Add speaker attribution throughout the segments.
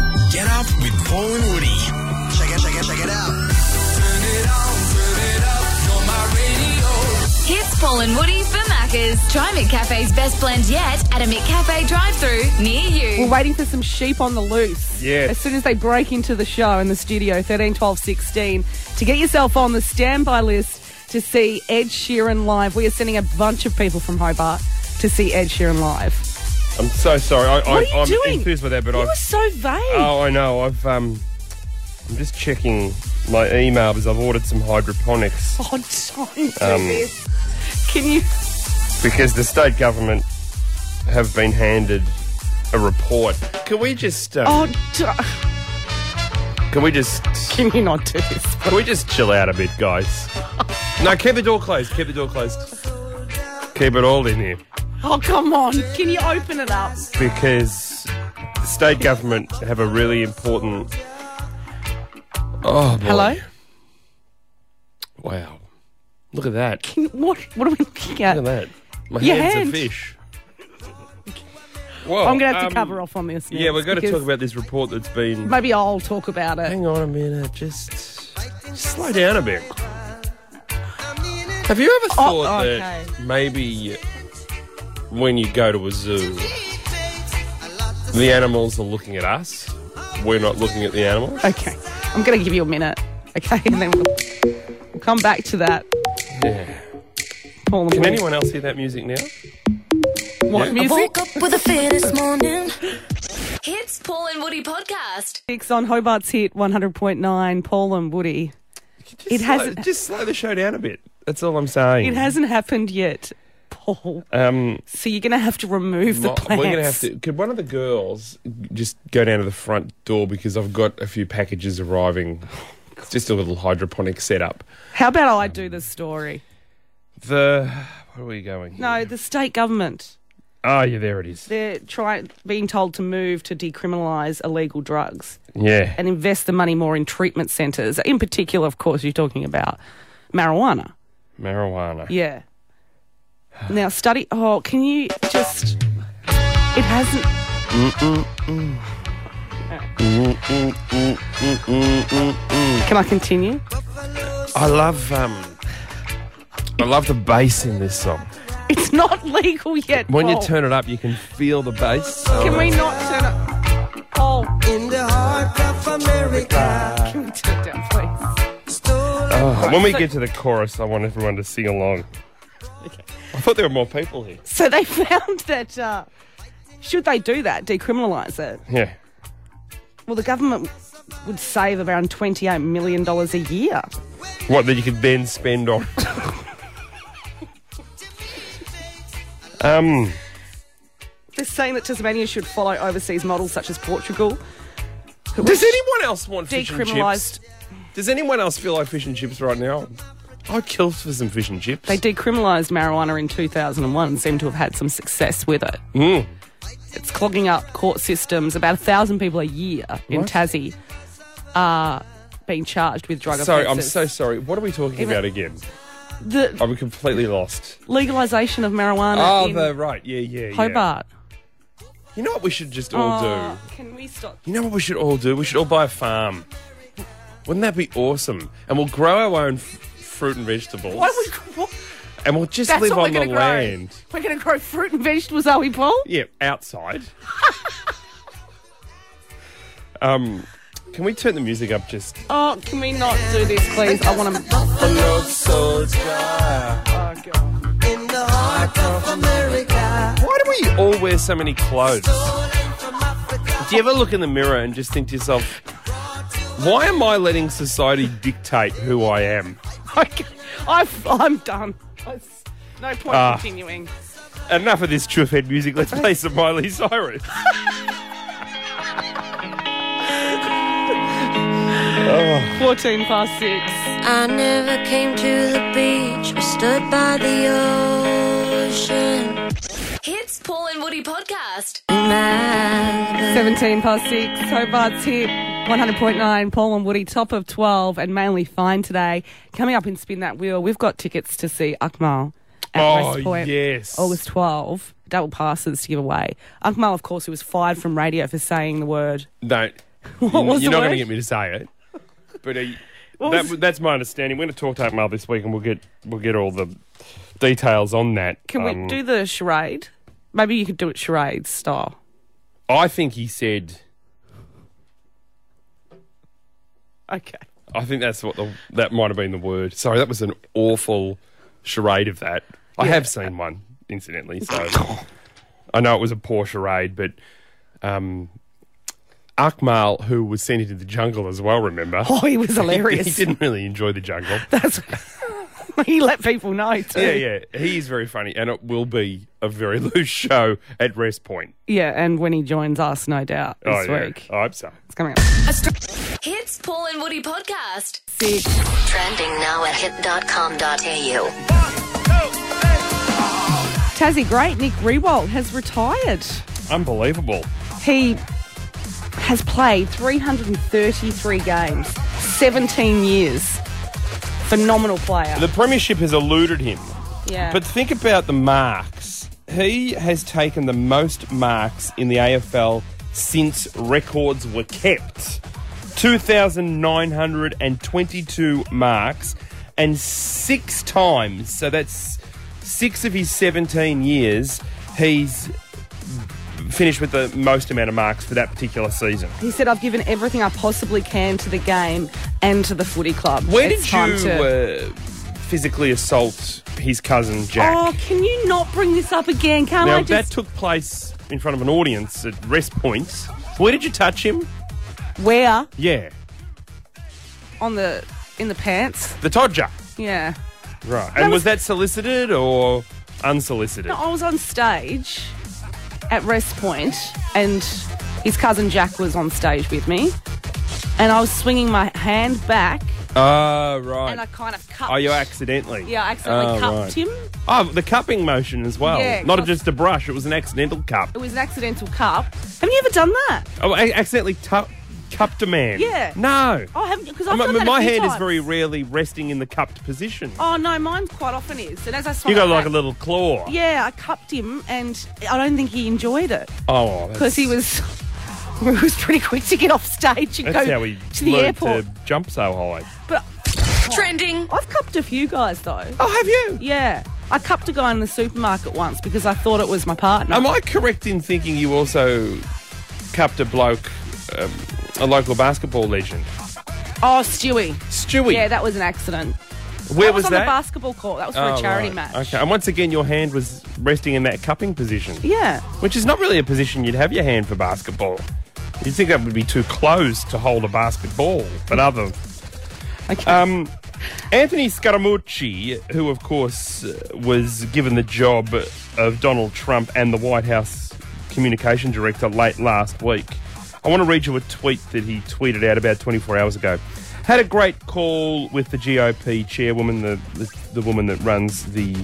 Speaker 1: off with Paul and Woody.
Speaker 2: Check it, check it, check it out.
Speaker 3: Hits Paul and Woody for Maccas. Try McCafe's best blend yet at a McCafe drive through near
Speaker 4: We're
Speaker 3: you.
Speaker 4: waiting for some sheep on the loose.
Speaker 5: Yes.
Speaker 4: As soon as they break into the show in the studio, 13, 12, 16, to get yourself on the standby list to see Ed Sheeran live. We are sending a bunch of people from Hobart to see Ed Sheeran live.
Speaker 5: I'm so sorry. I,
Speaker 4: What are
Speaker 5: I,
Speaker 4: you
Speaker 5: I'm
Speaker 4: doing?
Speaker 5: enthused with that, but
Speaker 4: you
Speaker 5: I.
Speaker 4: were so vague.
Speaker 5: Oh, I know. I've um, I'm just checking my email because I've ordered some hydroponics
Speaker 4: Oh, don't do
Speaker 5: Um,
Speaker 4: this. Can you?
Speaker 5: because the state government have been handed a report. Can we just? Um,
Speaker 4: Oh, do-
Speaker 5: Can we just?
Speaker 4: can you not do this?
Speaker 5: Can we just chill out a bit, guys? no, keep the door closed. Keep the door closed. Keep it all in here
Speaker 4: Oh, come on. Can you open it up?
Speaker 5: because the state government have a really important. Oh boy.
Speaker 4: Hello?
Speaker 5: Wow. Look at that.
Speaker 4: Can, what, what are we looking at?
Speaker 5: Look at that. My
Speaker 4: Your
Speaker 5: hand's
Speaker 4: hand.
Speaker 5: a fish. Whoa,
Speaker 4: I'm going to have
Speaker 5: um,
Speaker 4: to cover off on this.
Speaker 5: Yeah, we're
Speaker 4: going to
Speaker 5: talk about this report that's been.
Speaker 4: Maybe I'll talk about it.
Speaker 5: Hang on a minute, just, just slow down a bit. Have you ever thought
Speaker 4: Oh, okay.
Speaker 5: that maybe when you go to a zoo, the animals are looking at us? We're not looking at the animals.
Speaker 4: Okay. I'm going to give you a minute, okay? And then we'll, we'll come back to that.
Speaker 5: Yeah.
Speaker 4: Paul and
Speaker 5: Can
Speaker 4: Woody.
Speaker 5: anyone else hear that music now?
Speaker 4: What
Speaker 5: Yeah.
Speaker 4: music?
Speaker 6: with a fear this morning.
Speaker 3: Hits Paul and Woody podcast.
Speaker 4: Six on Hobart's hit 100.9, Paul and Woody. It
Speaker 5: Just
Speaker 4: hasn't-
Speaker 5: Slow, just slow the show down a bit. That's all I'm saying.
Speaker 4: It hasn't happened yet, Paul.
Speaker 5: Um,
Speaker 4: So you're going to have to remove the
Speaker 5: Well,
Speaker 4: plants.
Speaker 5: We're gonna have to. Could one of the girls just go down to the front door because I've got a few packages arriving. It's just a little hydroponic setup.
Speaker 4: How about I do this story?
Speaker 5: The where are we going?
Speaker 4: No, the state government.
Speaker 5: Oh yeah, there it is.
Speaker 4: They're trying, being told to move to decriminalise illegal drugs
Speaker 5: Yeah.
Speaker 4: and invest the money more in treatment centres. In particular, of course, you're talking about marijuana.
Speaker 5: Marijuana.
Speaker 4: Yeah. Now study. Oh, can you just? It hasn't. Can I continue?
Speaker 5: I love um. I love the bass in this song.
Speaker 4: It's not legal yet.
Speaker 5: When you
Speaker 4: Paul.
Speaker 5: turn it up, you can feel the bass.
Speaker 4: can we not turn it? Paul,
Speaker 2: In the heart of America.
Speaker 4: can we turn it down, please?
Speaker 5: Oh, when we get to the chorus, I want everyone to sing along. I thought there were more people here.
Speaker 4: So they found that. Uh, should they do that, decriminalise it?
Speaker 5: Yeah.
Speaker 4: Well, the government would save around twenty-eight million dollars a year.
Speaker 5: What that you could then spend on. um,
Speaker 4: They're saying that Tasmania should follow overseas models such as Portugal.
Speaker 5: does anyone else want fish and
Speaker 4: Decriminalised.
Speaker 5: chips? Does anyone else feel like fish and chips right now? I'd kill for some fish and chips.
Speaker 4: They decriminalised marijuana in 2001 and seem to have had some success with it.
Speaker 5: Hmm.
Speaker 4: It's clogging up court systems. About a thousand people a year in
Speaker 5: What?
Speaker 4: Tassie are being charged with drug
Speaker 5: Sorry, I'm
Speaker 4: offences.
Speaker 5: so sorry. What are we talking
Speaker 4: Even-
Speaker 5: about again?
Speaker 4: The
Speaker 5: I'm completely lost.
Speaker 4: legalisation of marijuana
Speaker 5: Oh,
Speaker 4: in
Speaker 5: the right. Yeah, yeah, yeah.
Speaker 4: Hobart.
Speaker 5: You know what we should just all
Speaker 4: Oh,
Speaker 5: do?
Speaker 4: can we stop?
Speaker 5: You know what we should all do? We should all buy a farm. Wouldn't that be awesome? And we'll grow our own f- fruit and vegetables.
Speaker 4: Why would, what?
Speaker 5: and we'll just
Speaker 4: That's
Speaker 5: live
Speaker 4: all we're
Speaker 5: on the
Speaker 4: going to grow.
Speaker 5: land.
Speaker 4: We're going to grow fruit and vegetables, are we, Paul?
Speaker 5: Yeah, outside. um, can we turn the music up just?
Speaker 4: Oh, can we not do this, please? I want to. Oh, God.
Speaker 2: In the heart of America.
Speaker 5: Why do we all wear so many clothes? Do you ever look in the mirror and just think to yourself, why am I letting society dictate who I am?
Speaker 4: Okay. I've, I'm done. It's no point
Speaker 5: Ah.
Speaker 4: continuing.
Speaker 5: Enough of this truth head music. Let's play some Miley Cyrus. oh,
Speaker 4: 14 past 6.
Speaker 6: I never came to the beach. I stood by the ocean.
Speaker 3: Hits Paul and Woody podcast.
Speaker 6: My
Speaker 4: 17 past 6, Hobart's hit 100.9, Paul and Woody, top of 12, and mainly fine today. Coming up in Spin That Wheel, we've got tickets to see Akmal at
Speaker 5: Oh,
Speaker 4: West Point.
Speaker 5: yes.
Speaker 4: August 12, double passes to give away. Akmal, of course, who was fired from radio for saying the word
Speaker 5: no.
Speaker 4: What was
Speaker 5: Mm, You're
Speaker 4: the
Speaker 5: not going
Speaker 4: word?
Speaker 5: to get me to say it, but uh,
Speaker 4: What
Speaker 5: that,
Speaker 4: was-
Speaker 5: that's my understanding. We're going to talk to Mark this week, and we'll get we'll get all the details on that.
Speaker 4: Can we
Speaker 5: Um,
Speaker 4: do the charade? Maybe you could do it charade style.
Speaker 5: I think he said.
Speaker 4: Okay.
Speaker 5: I think that's what the that might have been the word. Sorry, that was an awful charade of that. I have seen one, incidentally. So I know it was a poor charade, but um, Akmal, who was sent into the jungle as well, remember?
Speaker 4: Oh, he was
Speaker 5: he
Speaker 4: hilarious.
Speaker 5: didn't really enjoy the jungle.
Speaker 4: That's he let people know too.
Speaker 5: yeah, yeah, he is very funny, and it will be a very loose show at Rest Point
Speaker 4: Yeah, and when he joins us, no doubt this
Speaker 5: oh, yeah.
Speaker 4: week.
Speaker 5: I hope so.
Speaker 4: It's coming up.
Speaker 3: Hits Paul and Woody podcast.
Speaker 4: Six.
Speaker 1: Trending now at hit.com.au.
Speaker 4: Tassie great Nick Rewalt has retired.
Speaker 5: Unbelievable.
Speaker 4: He has played 333 games, 17 years. Phenomenal player.
Speaker 5: The premiership has eluded him.
Speaker 4: yeah.
Speaker 5: But think about the marks. He has taken the most marks in the AFL since records were kept 2,922 marks, and six times, so that's six of his 17 years, he's finished with the most amount of marks for that particular season.
Speaker 4: he said, I've given everything I possibly can to the game and to the footy club.
Speaker 5: Where
Speaker 4: It's
Speaker 5: did
Speaker 4: time
Speaker 5: you
Speaker 4: to-
Speaker 5: uh, physically assault his cousin Jack?
Speaker 4: Oh, can you not bring this up again? Can't
Speaker 5: Now,
Speaker 4: I
Speaker 5: that
Speaker 4: just.
Speaker 5: took place in front of an audience at Rest Points. Where did you touch him?
Speaker 4: Where?
Speaker 5: Yeah.
Speaker 4: On the. In the pants?
Speaker 5: The Todger.
Speaker 4: Yeah.
Speaker 5: Right.
Speaker 4: That
Speaker 5: And was,
Speaker 4: was-
Speaker 5: that solicited or unsolicited?
Speaker 4: I was on stage at Rest Point, and his cousin Jack was on stage with me, and I was swinging my hand back,
Speaker 5: Oh, right.
Speaker 4: and I kind of cupped.
Speaker 5: Oh, you accidentally?
Speaker 4: Yeah, I accidentally
Speaker 5: Oh,
Speaker 4: cupped
Speaker 5: right.
Speaker 4: him.
Speaker 5: Oh, the cupping motion as well.
Speaker 4: Yeah,
Speaker 5: Not
Speaker 4: cause-
Speaker 5: just a brush, it was an accidental cup.
Speaker 4: It was an accidental cup. Have you ever done that?
Speaker 5: Oh, I accidentally tu- cupped a man.
Speaker 4: Yeah.
Speaker 5: No.
Speaker 4: Oh, haven't because I've
Speaker 5: my
Speaker 4: done that a
Speaker 5: my
Speaker 4: few
Speaker 5: hand is
Speaker 4: times.
Speaker 5: very rarely resting in the cupped position.
Speaker 4: Oh no, mine quite often is. And as I swung
Speaker 5: you got
Speaker 4: it
Speaker 5: like a
Speaker 4: back-
Speaker 5: little claw.
Speaker 4: Yeah, I cupped him, and I don't think he enjoyed it
Speaker 5: Oh,
Speaker 4: because he was. He was pretty quick to get off stage and
Speaker 5: That's
Speaker 4: go
Speaker 5: how he
Speaker 4: to the
Speaker 5: learned
Speaker 4: airport.
Speaker 5: to jump so high.
Speaker 4: But
Speaker 3: Trending.
Speaker 4: I've cupped a few guys though.
Speaker 5: Oh, have you?
Speaker 4: Yeah. I cupped a guy in the supermarket once because I thought it was my partner.
Speaker 5: Am I correct in thinking you also capped a bloke, um, a local basketball legend,
Speaker 4: oh, Stewie.
Speaker 5: Stewie?
Speaker 4: Yeah, that was an accident.
Speaker 5: Where
Speaker 4: that was,
Speaker 5: was,
Speaker 4: on
Speaker 5: that?
Speaker 4: the basketball court. That was for
Speaker 5: Oh,
Speaker 4: a charity
Speaker 5: right.
Speaker 4: match.
Speaker 5: Okay, and once again, your hand was resting in that cupping position,
Speaker 4: Yeah.
Speaker 5: which is not really a position you'd have your hand for basketball. You'd think that would be too close to hold a basketball, but other.
Speaker 4: Okay.
Speaker 5: Um, Anthony Scaramucci, who of course uh, was given the job of Donald Trump and the White House communication director late last week. I want to read you a tweet that he tweeted out about 24 hours ago. Had a great call with the GOP chairwoman, the, the, the woman that runs the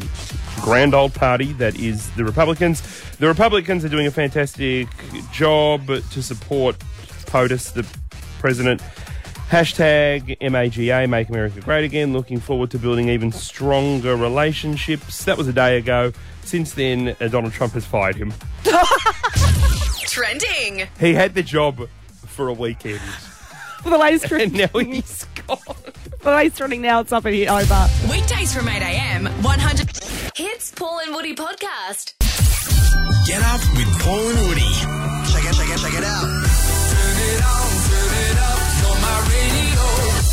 Speaker 5: grand old party, that is the Republicans. The Republicans are doing a fantastic job to support POTUS, the president. Hashtag MAGA, Make America Great Again. Looking forward to building even stronger relationships. That was a day ago. Since then, uh, Donald Trump has fired him.
Speaker 3: Trending.
Speaker 5: He had the job for a weekend,
Speaker 4: for the latest
Speaker 5: and
Speaker 4: trending,
Speaker 5: now he's gone.
Speaker 4: for the latest trending now, it's up at Hit Hobart.
Speaker 3: Weekdays from 8 a.m. 100. Hits Paul and Woody podcast.
Speaker 7: Get up with Paul and Woody.
Speaker 2: Check it, check it, check it out.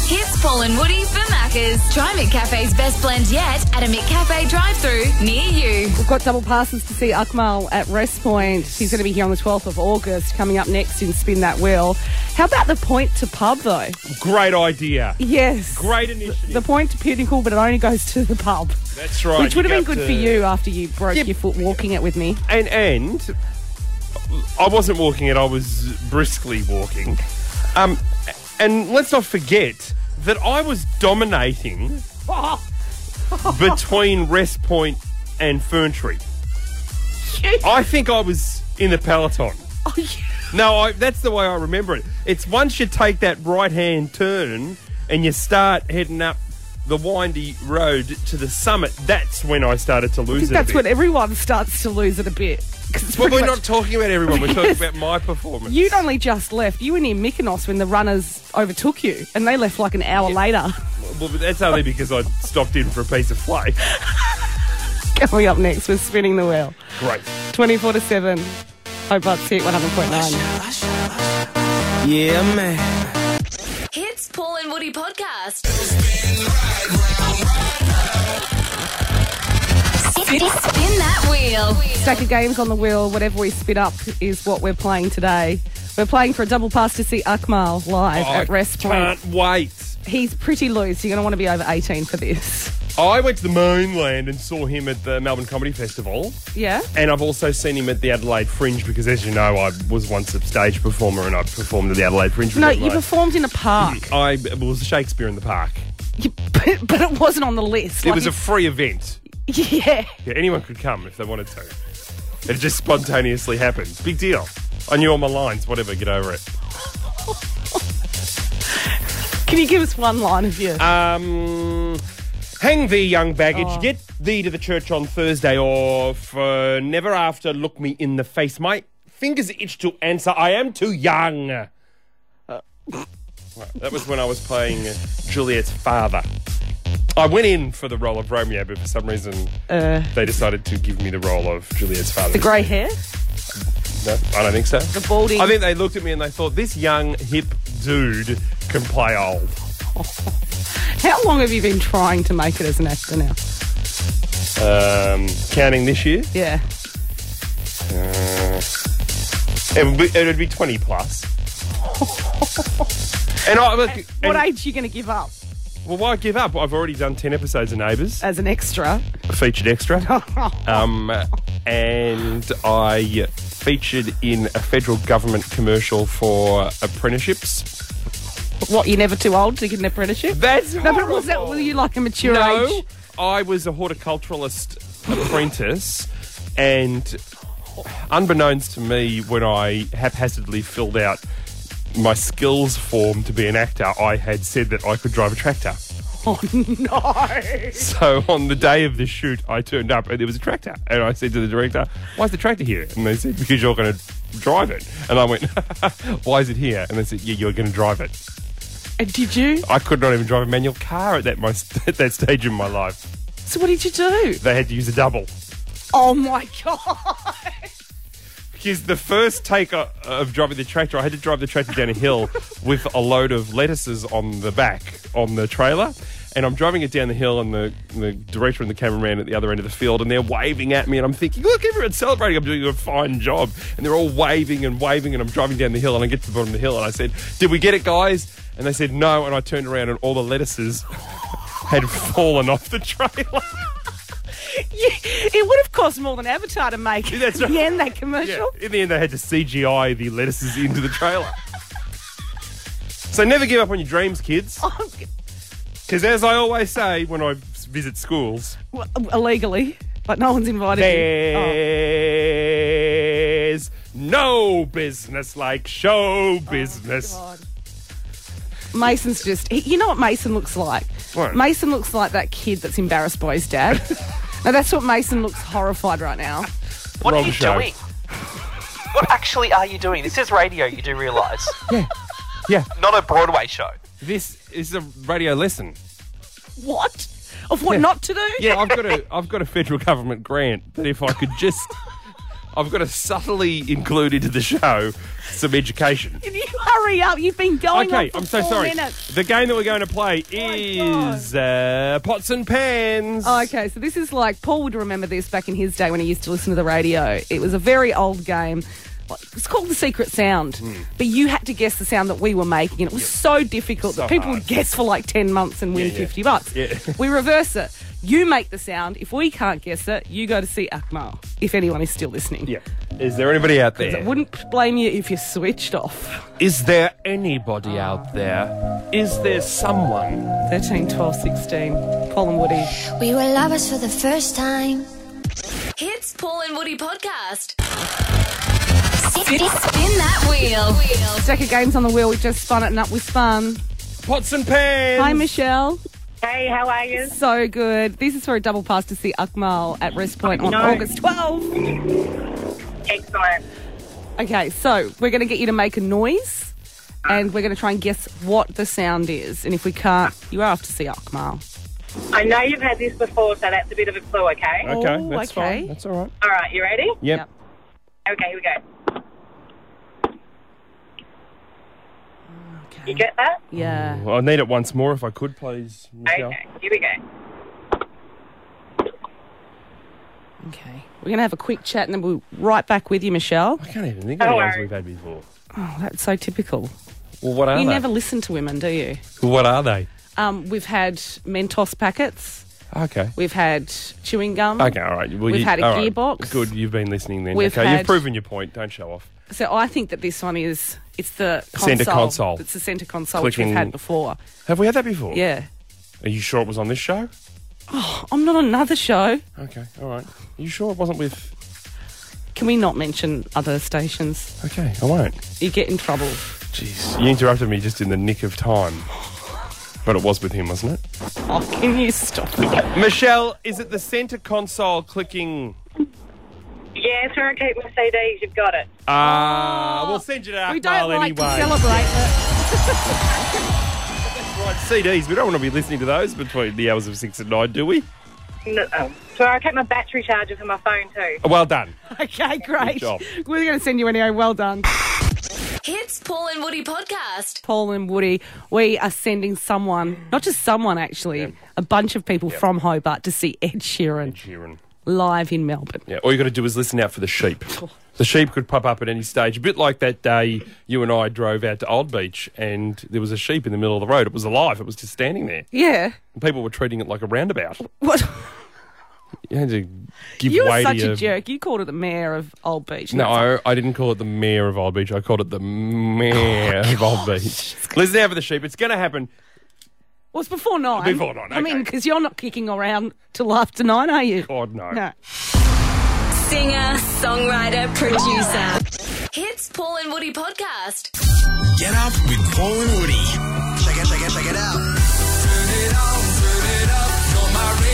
Speaker 3: Hits Paul and Woody for Maccas. Try McCafe's best blend yet at a McCafe drive through near you.
Speaker 4: We've got double passes to see Akmal at Rest Point. He's going to be here on the 12th of August, coming up next in Spin That Wheel. How about the point to pub, though?
Speaker 5: Great idea.
Speaker 4: Yes.
Speaker 5: Great initiative.
Speaker 4: The point to Pinnacle, but it only goes to the pub,
Speaker 5: That's right.
Speaker 4: which would
Speaker 5: You
Speaker 4: have been
Speaker 5: got
Speaker 4: good
Speaker 5: to-
Speaker 4: for you after you broke
Speaker 5: Yeah.
Speaker 4: your foot walking it with me.
Speaker 5: And and I wasn't walking it. I was briskly walking. Um, and let's not forget that I was dominating between Rest Point and Fern Tree. I think I was in the peloton.
Speaker 4: Oh,
Speaker 5: No, I, that's the way I remember it. It's once you take that right hand turn and you start heading up the windy road to the summit, that's when I started to lose
Speaker 4: I think
Speaker 5: it. a
Speaker 4: that's
Speaker 5: bit.
Speaker 4: when everyone starts to lose it a bit. 'Cause it's
Speaker 5: Well,
Speaker 4: pretty
Speaker 5: we're
Speaker 4: much-
Speaker 5: not talking about everyone. We're talking about my performance.
Speaker 4: You'd only just left. You were near Mykonos when the runners overtook you, and they left like an hour later.
Speaker 5: Well, but that's only because I stopped in for a piece of flake.
Speaker 4: Coming up next, we're spinning the wheel.
Speaker 5: Great.
Speaker 4: 24 to 7. Hobart's hit 100.9.
Speaker 7: Yeah, man.
Speaker 3: Hits Paul and Woody podcast. Spin that wheel.
Speaker 4: Stack of games on the wheel. Whatever we spit up is what we're playing today. We're playing for a double pass to see Akmal live at Rest Point.
Speaker 5: Oh, can't wait.
Speaker 4: He's pretty loose. You're going to want to be over 18 for this.
Speaker 5: I went to the mainland and saw him at the Melbourne Comedy Festival.
Speaker 4: Yeah?
Speaker 5: And I've also seen him at the Adelaide Fringe because, as you know, I was once a stage performer and I performed at the Adelaide Fringe. with
Speaker 4: No,
Speaker 5: Adelaide.
Speaker 4: you performed in a park,
Speaker 5: I was Shakespeare in the Park.
Speaker 4: You- but, but it wasn't on the list.
Speaker 5: It
Speaker 4: Like,
Speaker 5: was a free event.
Speaker 4: yeah.
Speaker 5: Yeah, anyone could come if they wanted to. It just spontaneously happened. Big deal. I knew all my lines. Whatever, get over it.
Speaker 4: Can you give us one line of yours?
Speaker 5: Um, hang thee, young baggage.
Speaker 4: Oh.
Speaker 5: Get thee to the church on Thursday, or for never after look me in the face. My fingers itch to answer. I am too young. Right, that was when I was playing uh, Juliet's father. I went in for the role of Romeo, but for some reason they decided to give me the role of Juliet's father.
Speaker 4: Uh. the grey hair?
Speaker 5: No, I don't think so.
Speaker 4: The balding?
Speaker 5: I think they looked at me and they thought this young hip dude can play old.
Speaker 4: How long have you been trying to make it as an actor now?
Speaker 5: Um, counting this year.
Speaker 4: Yeah.
Speaker 5: It would be, it would be 20 plus. and I look. and-
Speaker 4: What age are you going to give up
Speaker 5: well, why give up? I've already done 10 episodes of Neighbours,
Speaker 4: as an extra?
Speaker 5: featured extra. um, and I featured in a federal government commercial for apprenticeships.
Speaker 4: What, you're never too old to get an apprenticeship?
Speaker 5: That's
Speaker 4: No, but was that,
Speaker 5: horrible.
Speaker 4: were you like a mature
Speaker 5: No,
Speaker 4: age?
Speaker 5: I was a horticulturalist apprentice, and unbeknownst to me, when I haphazardly filled out my skills form to be an actor, I had said that I could drive a tractor.
Speaker 4: Oh, no.
Speaker 5: So on the day of the shoot, I turned up and there was a tractor, and I said to the director, "Why's the tractor here?" And they said, "Because you're going to drive it." And I went, "Why is it here?" And they said, "Yeah, you're going to drive it."
Speaker 4: And did you?
Speaker 5: I could not even drive a manual car at that my, at that stage in my life.
Speaker 4: So what did you do?
Speaker 5: They had to use a double.
Speaker 4: Oh, my God.
Speaker 5: Because the first take o- of driving the tractor, I had to drive the tractor down a hill with a load of lettuces on the back on the trailer. And I'm driving it down the hill, and the, the director and the cameraman at the other end of the field, and they're waving at me. And I'm thinking, look, everyone's celebrating. I'm doing a fine job. And they're all waving and waving. And I'm driving down the hill, and I get to the bottom of the hill, and I said, Did we get it, guys? And they said, No. And I turned around, and all the lettuces had fallen off the trailer.
Speaker 4: Yeah, it would have cost more than Avatar to make
Speaker 5: Yeah, that's
Speaker 4: in the
Speaker 5: right.
Speaker 4: end, that commercial.
Speaker 5: Yeah. In the end, they had to CGI the lettuces into the trailer. so never give up on your dreams, kids.
Speaker 4: Oh,
Speaker 5: Because as I always say when I s- visit schools,
Speaker 4: well, illegally, but no one's invited you.
Speaker 5: there's no business like show business.
Speaker 4: Oh, God. Mason's just, he, you know what Mason looks like?
Speaker 5: What?
Speaker 4: Mason looks like that kid that's embarrassed by his dad. now, that's what Mason looks horrified right now.
Speaker 8: What
Speaker 5: Wrong
Speaker 8: are you
Speaker 5: show.
Speaker 8: doing? What actually are you doing? This is radio, you do realise.
Speaker 5: Yeah. Yeah.
Speaker 8: Not a Broadway show.
Speaker 5: This is a radio lesson.
Speaker 4: What? Of what not to do?
Speaker 5: Yeah, I've got a I've got a federal government grant that if I could just I've got to subtly include into the show some education.
Speaker 4: Can you hurry up? You've been going
Speaker 5: Okay,
Speaker 4: on for
Speaker 5: I'm so
Speaker 4: four
Speaker 5: sorry.
Speaker 4: minutes. Oh
Speaker 5: The game that we're going to play
Speaker 4: God.
Speaker 5: is uh, pots and pans.
Speaker 4: Oh, okay, so this is like Paul would remember this back in his day when he used to listen to the radio. It was a very old game. Well, It's called the secret sound,
Speaker 5: Hmm.
Speaker 4: but you had to guess the sound that we were making, and it was so difficult
Speaker 5: So
Speaker 4: that people
Speaker 5: hard.
Speaker 4: would guess for like ten months and win
Speaker 5: Yeah, yeah.
Speaker 4: fifty bucks.
Speaker 5: Yeah.
Speaker 4: we reverse it. You make the sound. If we can't guess it, you go to see Akmal. If anyone is still listening,
Speaker 5: Yeah. Is there anybody out
Speaker 4: I
Speaker 5: there?
Speaker 4: wouldn't blame you if you switched off.
Speaker 5: Is there anybody out there? Is there someone?
Speaker 4: 13, 12, 16. Paul and Woody.
Speaker 6: We were lovers for the first time.
Speaker 3: Hits Paul and Woody podcast. Spin, spin that wheel.
Speaker 4: Stack of games on the wheel. We just spun it and up with fun.
Speaker 5: Pots and pans.
Speaker 4: Hi, Michelle.
Speaker 9: Hey, how are you?
Speaker 4: So good. This is for a double pass to see Akmal at Rest Point on
Speaker 9: No.
Speaker 4: August 12th.
Speaker 9: Excellent.
Speaker 4: Okay, so we're going to get you to make a noise and we're going to try and guess what the sound is. And if we can't, you are off to see Akmal.
Speaker 9: I know you've had this before, so that's a bit of a clue, okay?
Speaker 5: Okay,
Speaker 4: Oh,
Speaker 5: that's
Speaker 4: okay.
Speaker 5: fine. That's all right.
Speaker 9: All right, you ready?
Speaker 5: Yep.
Speaker 4: Yep.
Speaker 9: Okay, here we go.
Speaker 4: Okay.
Speaker 9: You get that?
Speaker 4: Yeah.
Speaker 5: Well, I need it once more if I could, please, Michelle.
Speaker 9: Okay, here we go.
Speaker 4: Okay. We're going to have a quick chat and then we'll be right back with you, Michelle.
Speaker 5: I can't even think of the
Speaker 9: Don't
Speaker 5: ones
Speaker 9: worry.
Speaker 5: we've had before.
Speaker 4: Oh, that's so typical.
Speaker 5: Well, what are
Speaker 4: You
Speaker 5: they?
Speaker 4: never listen to women, do you?
Speaker 5: What are they?
Speaker 4: Um, we've had Mentos packets.
Speaker 5: Okay.
Speaker 4: We've had chewing gum.
Speaker 5: Okay, all right. Well,
Speaker 4: We've
Speaker 5: you-
Speaker 4: had a
Speaker 5: all right.
Speaker 4: gearbox.
Speaker 5: Good, you've been listening then.
Speaker 4: We've
Speaker 5: okay,
Speaker 4: had-
Speaker 5: you've proven your point. Don't show off.
Speaker 4: So I think that this one is it's the console.
Speaker 5: Centre console.
Speaker 4: It's the center console which we've
Speaker 5: Clicking-
Speaker 4: had before.
Speaker 5: Have we had that before?
Speaker 4: Yeah.
Speaker 5: Are you sure it was on this show?
Speaker 4: I'm not on another show.
Speaker 5: Okay, all right. Are you sure it wasn't with.
Speaker 4: Can we not mention other stations?
Speaker 5: Okay, I won't.
Speaker 4: You get in trouble.
Speaker 5: Jeez. You interrupted me just in the nick of time. But it was with him, wasn't it?
Speaker 4: Oh, can you stop it?
Speaker 5: Michelle, is it the centre console clicking?
Speaker 9: Yeah, it's where I keep my CDs. You've got it.
Speaker 5: Ah, we'll send you to
Speaker 4: We don't
Speaker 5: Akmal
Speaker 4: like
Speaker 5: anyway.
Speaker 4: to celebrate. But
Speaker 5: Right, CDs. We don't want to be listening to those between the hours of six and nine, do we?
Speaker 9: No, oh. So I keep my battery charger for my phone too.
Speaker 5: Oh, Well done.
Speaker 4: okay, great.
Speaker 5: job.
Speaker 4: We're going to send you anyway. Well done,
Speaker 3: Hits Paul and Woody podcast.
Speaker 4: Paul and Woody. We are sending someone, not just someone actually, a bunch of people from Hobart to see Ed Sheeran
Speaker 5: Sheeran.
Speaker 4: live in Melbourne.
Speaker 5: Yeah, all you got to do is listen out for the sheep. The sheep could pop up at any stage, a bit like that day you and I drove out to Old Beach and there was a sheep in the middle of the road. It was alive, it was just standing there.
Speaker 4: Yeah.
Speaker 5: And people were treating it like a roundabout.
Speaker 4: What?
Speaker 5: You had to give
Speaker 4: You
Speaker 5: way
Speaker 4: were such
Speaker 5: to
Speaker 4: a
Speaker 5: your-
Speaker 4: jerk. You called it the mayor of Old Beach.
Speaker 5: No, I, I didn't call it the mayor of Old Beach. I called it the mayor
Speaker 4: Oh,
Speaker 5: of Old Beach. Listen out for the sheep. It's going to happen.
Speaker 4: Well, it's before nine.
Speaker 5: Before nine,
Speaker 4: I mean,
Speaker 5: okay.
Speaker 4: because you're not kicking around till after nine, are you?
Speaker 5: God, Oh, no.
Speaker 4: No.
Speaker 3: Singer, songwriter, producer. Hits Paul and Woody podcast.
Speaker 2: Get up with Paul and Woody. Check it, check it, check it out.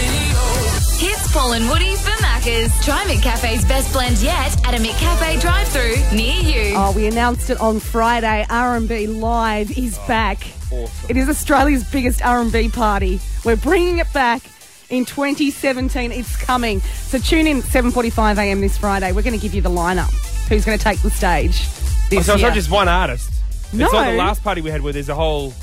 Speaker 3: Hits Paul and Woody for Maccas. Try McCafe's best blend yet at a McCafe drive through near you.
Speaker 4: Oh, we announced it on Friday. R&B Live is back.
Speaker 5: Oh, awesome.
Speaker 4: It is Australia's biggest R&B party. We're bringing it back in 2017. It's coming. So tune in 7:45 a.m. this Friday. We're going to give you the lineup. Who's going to take the stage this
Speaker 5: Oh, So it's
Speaker 4: year?
Speaker 5: not just one artist. It's not
Speaker 4: No.
Speaker 5: the last party we had where there's a whole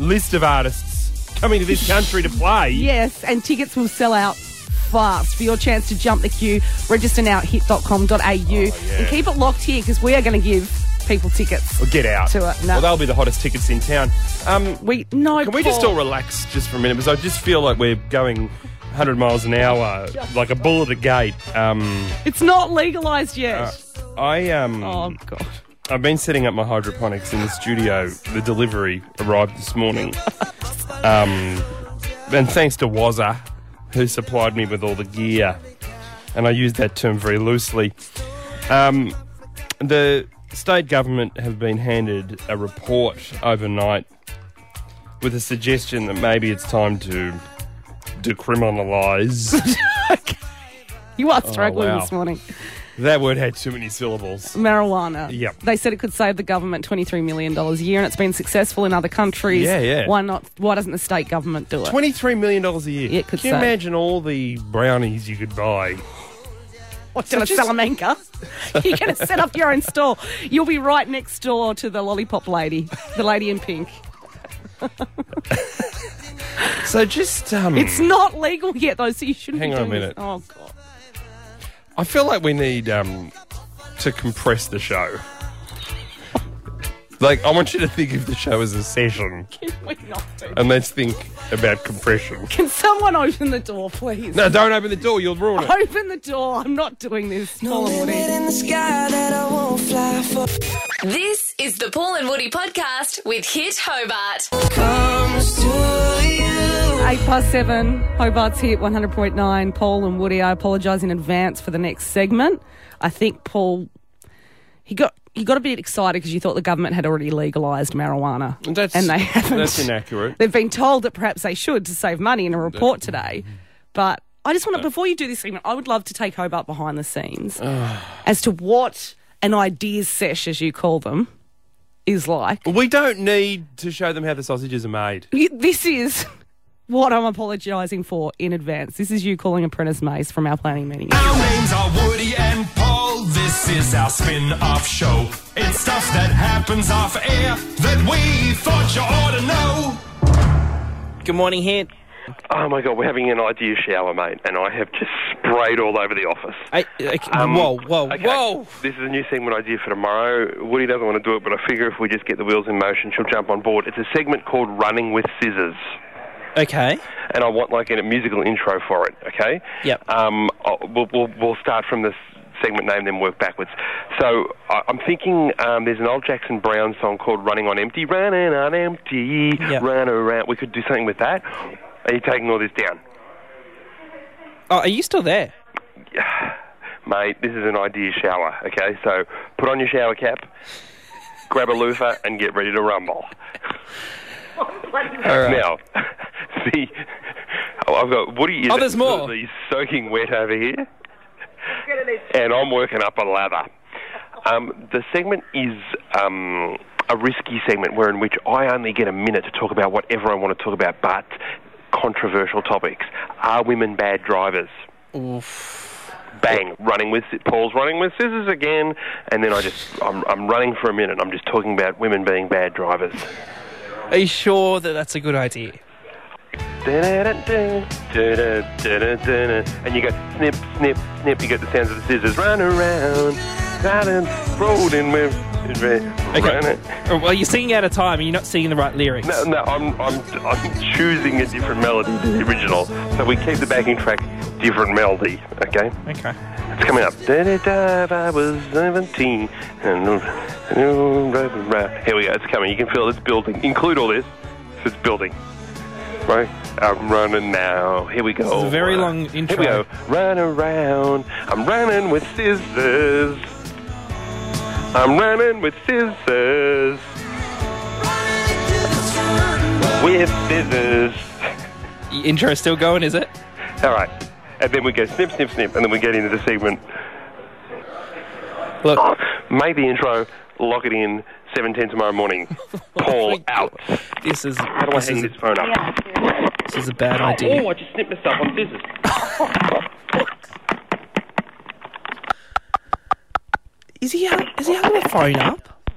Speaker 5: list of artists coming to this country to play.
Speaker 4: Yes, and tickets will sell out fast for your chance to jump the queue. Register now at hit.com.au
Speaker 5: Oh,
Speaker 4: and keep it locked here because we are going to give people tickets.
Speaker 5: Well, get out.
Speaker 4: To it, no.
Speaker 5: Well, they'll be the hottest tickets in town. Um,
Speaker 4: We no.
Speaker 5: can we just
Speaker 4: Paul.
Speaker 5: all relax just for a minute? Because I just feel like we're going 100 miles an hour, like a bull at a gate. Um,
Speaker 4: It's not legalized yet.
Speaker 5: Uh, I um,
Speaker 4: oh god.
Speaker 5: I've been setting up my hydroponics in the studio. The delivery arrived this morning. um, and thanks to Wazza, who supplied me with all the gear, and I use that term very loosely. Um, the state government have been handed a report overnight with a suggestion that maybe it's time to decriminalise.
Speaker 4: You are struggling
Speaker 5: oh, wow.
Speaker 4: this morning.
Speaker 5: that word had too many syllables.
Speaker 4: Marijuana.
Speaker 5: Yep.
Speaker 4: They said it could save the government $23 million a year and it's been successful in other countries.
Speaker 5: Yeah, yeah.
Speaker 4: Why not? Why doesn't the state government do it?
Speaker 5: Twenty-three million dollars a year.
Speaker 4: Yeah, it could
Speaker 5: Can you
Speaker 4: say.
Speaker 5: imagine all the brownies you could buy?
Speaker 4: What's in a Salamanca? You're going to set up your own store. You'll be right next door to the lollipop lady, the lady in pink.
Speaker 5: So just um,
Speaker 4: It's not legal yet, though, so you shouldn't.
Speaker 5: Hang
Speaker 4: be
Speaker 5: on a
Speaker 4: doing
Speaker 5: minute.
Speaker 4: This. Oh god.
Speaker 5: I feel like we need um, to compress the show. Like I want you to think of the show as a session,
Speaker 4: We're not doing-
Speaker 5: and let's think about compression.
Speaker 4: Can someone open the door, please?
Speaker 5: No, don't open the door. You'll ruin it.
Speaker 4: Open the door. I'm not doing this. Paul and Woody.
Speaker 7: in the sky that I won't fly for.
Speaker 3: This is the Paul and Woody podcast with Hit Hobart.
Speaker 7: Comes to you.
Speaker 4: Eight past seven. Hobart's hit 100.9. Paul and Woody. I apologise in advance for the next segment. I think Paul, he got he got a bit excited because you thought the government had already legalised marijuana,
Speaker 5: That's-
Speaker 4: and they haven't.
Speaker 5: that's inaccurate.
Speaker 4: They've been told that perhaps they should to save money in a report today, but I just want to, before you do this segment, I would love to take Hobart behind the scenes as to what an ideas sesh, as you call them, is like.
Speaker 10: We don't need to show them how the sausages are made.
Speaker 4: You- This is what I'm apologising for in advance. This is you calling Apprentice Maze from our planning meeting.
Speaker 2: Our names are Woody and Paul. This is our spin off show. It's stuff that happens off air that we thought you ought to know.
Speaker 11: Good morning, Hit.
Speaker 5: Oh my god, we're having an idea shower, mate, and I have just sprayed all over the office. Um,
Speaker 11: Hey, okay, whoa, whoa,
Speaker 5: okay,
Speaker 11: whoa.
Speaker 5: This is a new segment idea for tomorrow. Woody doesn't want to do it, but I figure if we just get the wheels in motion, she'll jump on board. It's a segment called Running with Scissors,
Speaker 11: Okay.
Speaker 5: and I want like a musical intro for it, okay?
Speaker 11: Yep.
Speaker 5: Um, I'll, we'll, we'll, we'll start from this segment name, then work backwards. So I, I'm thinking um, there's an old Jackson Brown song called Running on Empty. Running on Empty,
Speaker 11: Yep.
Speaker 5: run around. We could do something with that. Are you taking all this down?
Speaker 11: Oh, are you still there?
Speaker 5: mate, this is an idea shower, okay? So put on your shower cap, grab a loofah, and get ready to rumble. Now, see, oh, I've got Woody is
Speaker 11: Oh, there's more.
Speaker 5: absolutely soaking wet over here, and I'm working up a lather. Um, the segment is um, a risky segment, where in which I only get a minute to talk about whatever I want to talk about, but controversial topics. Are women bad drivers? bang, running with Paul's running with scissors again, and then I just I'm, I'm running for a minute. I'm just talking about women being bad drivers.
Speaker 11: Are you sure that that's a good idea?
Speaker 5: And you go snip, snip, snip. You get the sounds of the scissors. Run around, run and roll in with. Run
Speaker 11: Okay.
Speaker 5: it.
Speaker 11: Oh, Well, you're singing out of time and you're not singing the right lyrics.
Speaker 5: No, no, I'm, I'm, I'm choosing a different melody to the original. So we keep the backing track different melody, okay?
Speaker 11: Okay.
Speaker 5: It's coming up. Da-da-da, I was 17. And, and- rah, rah, rah. Here we go. It's coming. You can feel it. It's building. Include all this. It's building. Right? I'm running now. Here we go. Uh,
Speaker 11: This is a very long intro.
Speaker 5: Here we go. Run around. I'm running with scissors. I'm running with scissors. With scissors.
Speaker 11: Y- Intro's still going, is it?
Speaker 5: All right. And then we go snip, snip, snip. And then we get into the segment.
Speaker 11: Look,
Speaker 5: Make the intro, lock it in, 7.10 tomorrow morning. Paul out.
Speaker 11: this is
Speaker 5: How do I
Speaker 11: this
Speaker 5: hang
Speaker 11: is,
Speaker 5: this phone up?
Speaker 11: this is a bad idea.
Speaker 5: Oh, I just snipped myself on scissors.
Speaker 11: Is he hung- is he hung the phone up?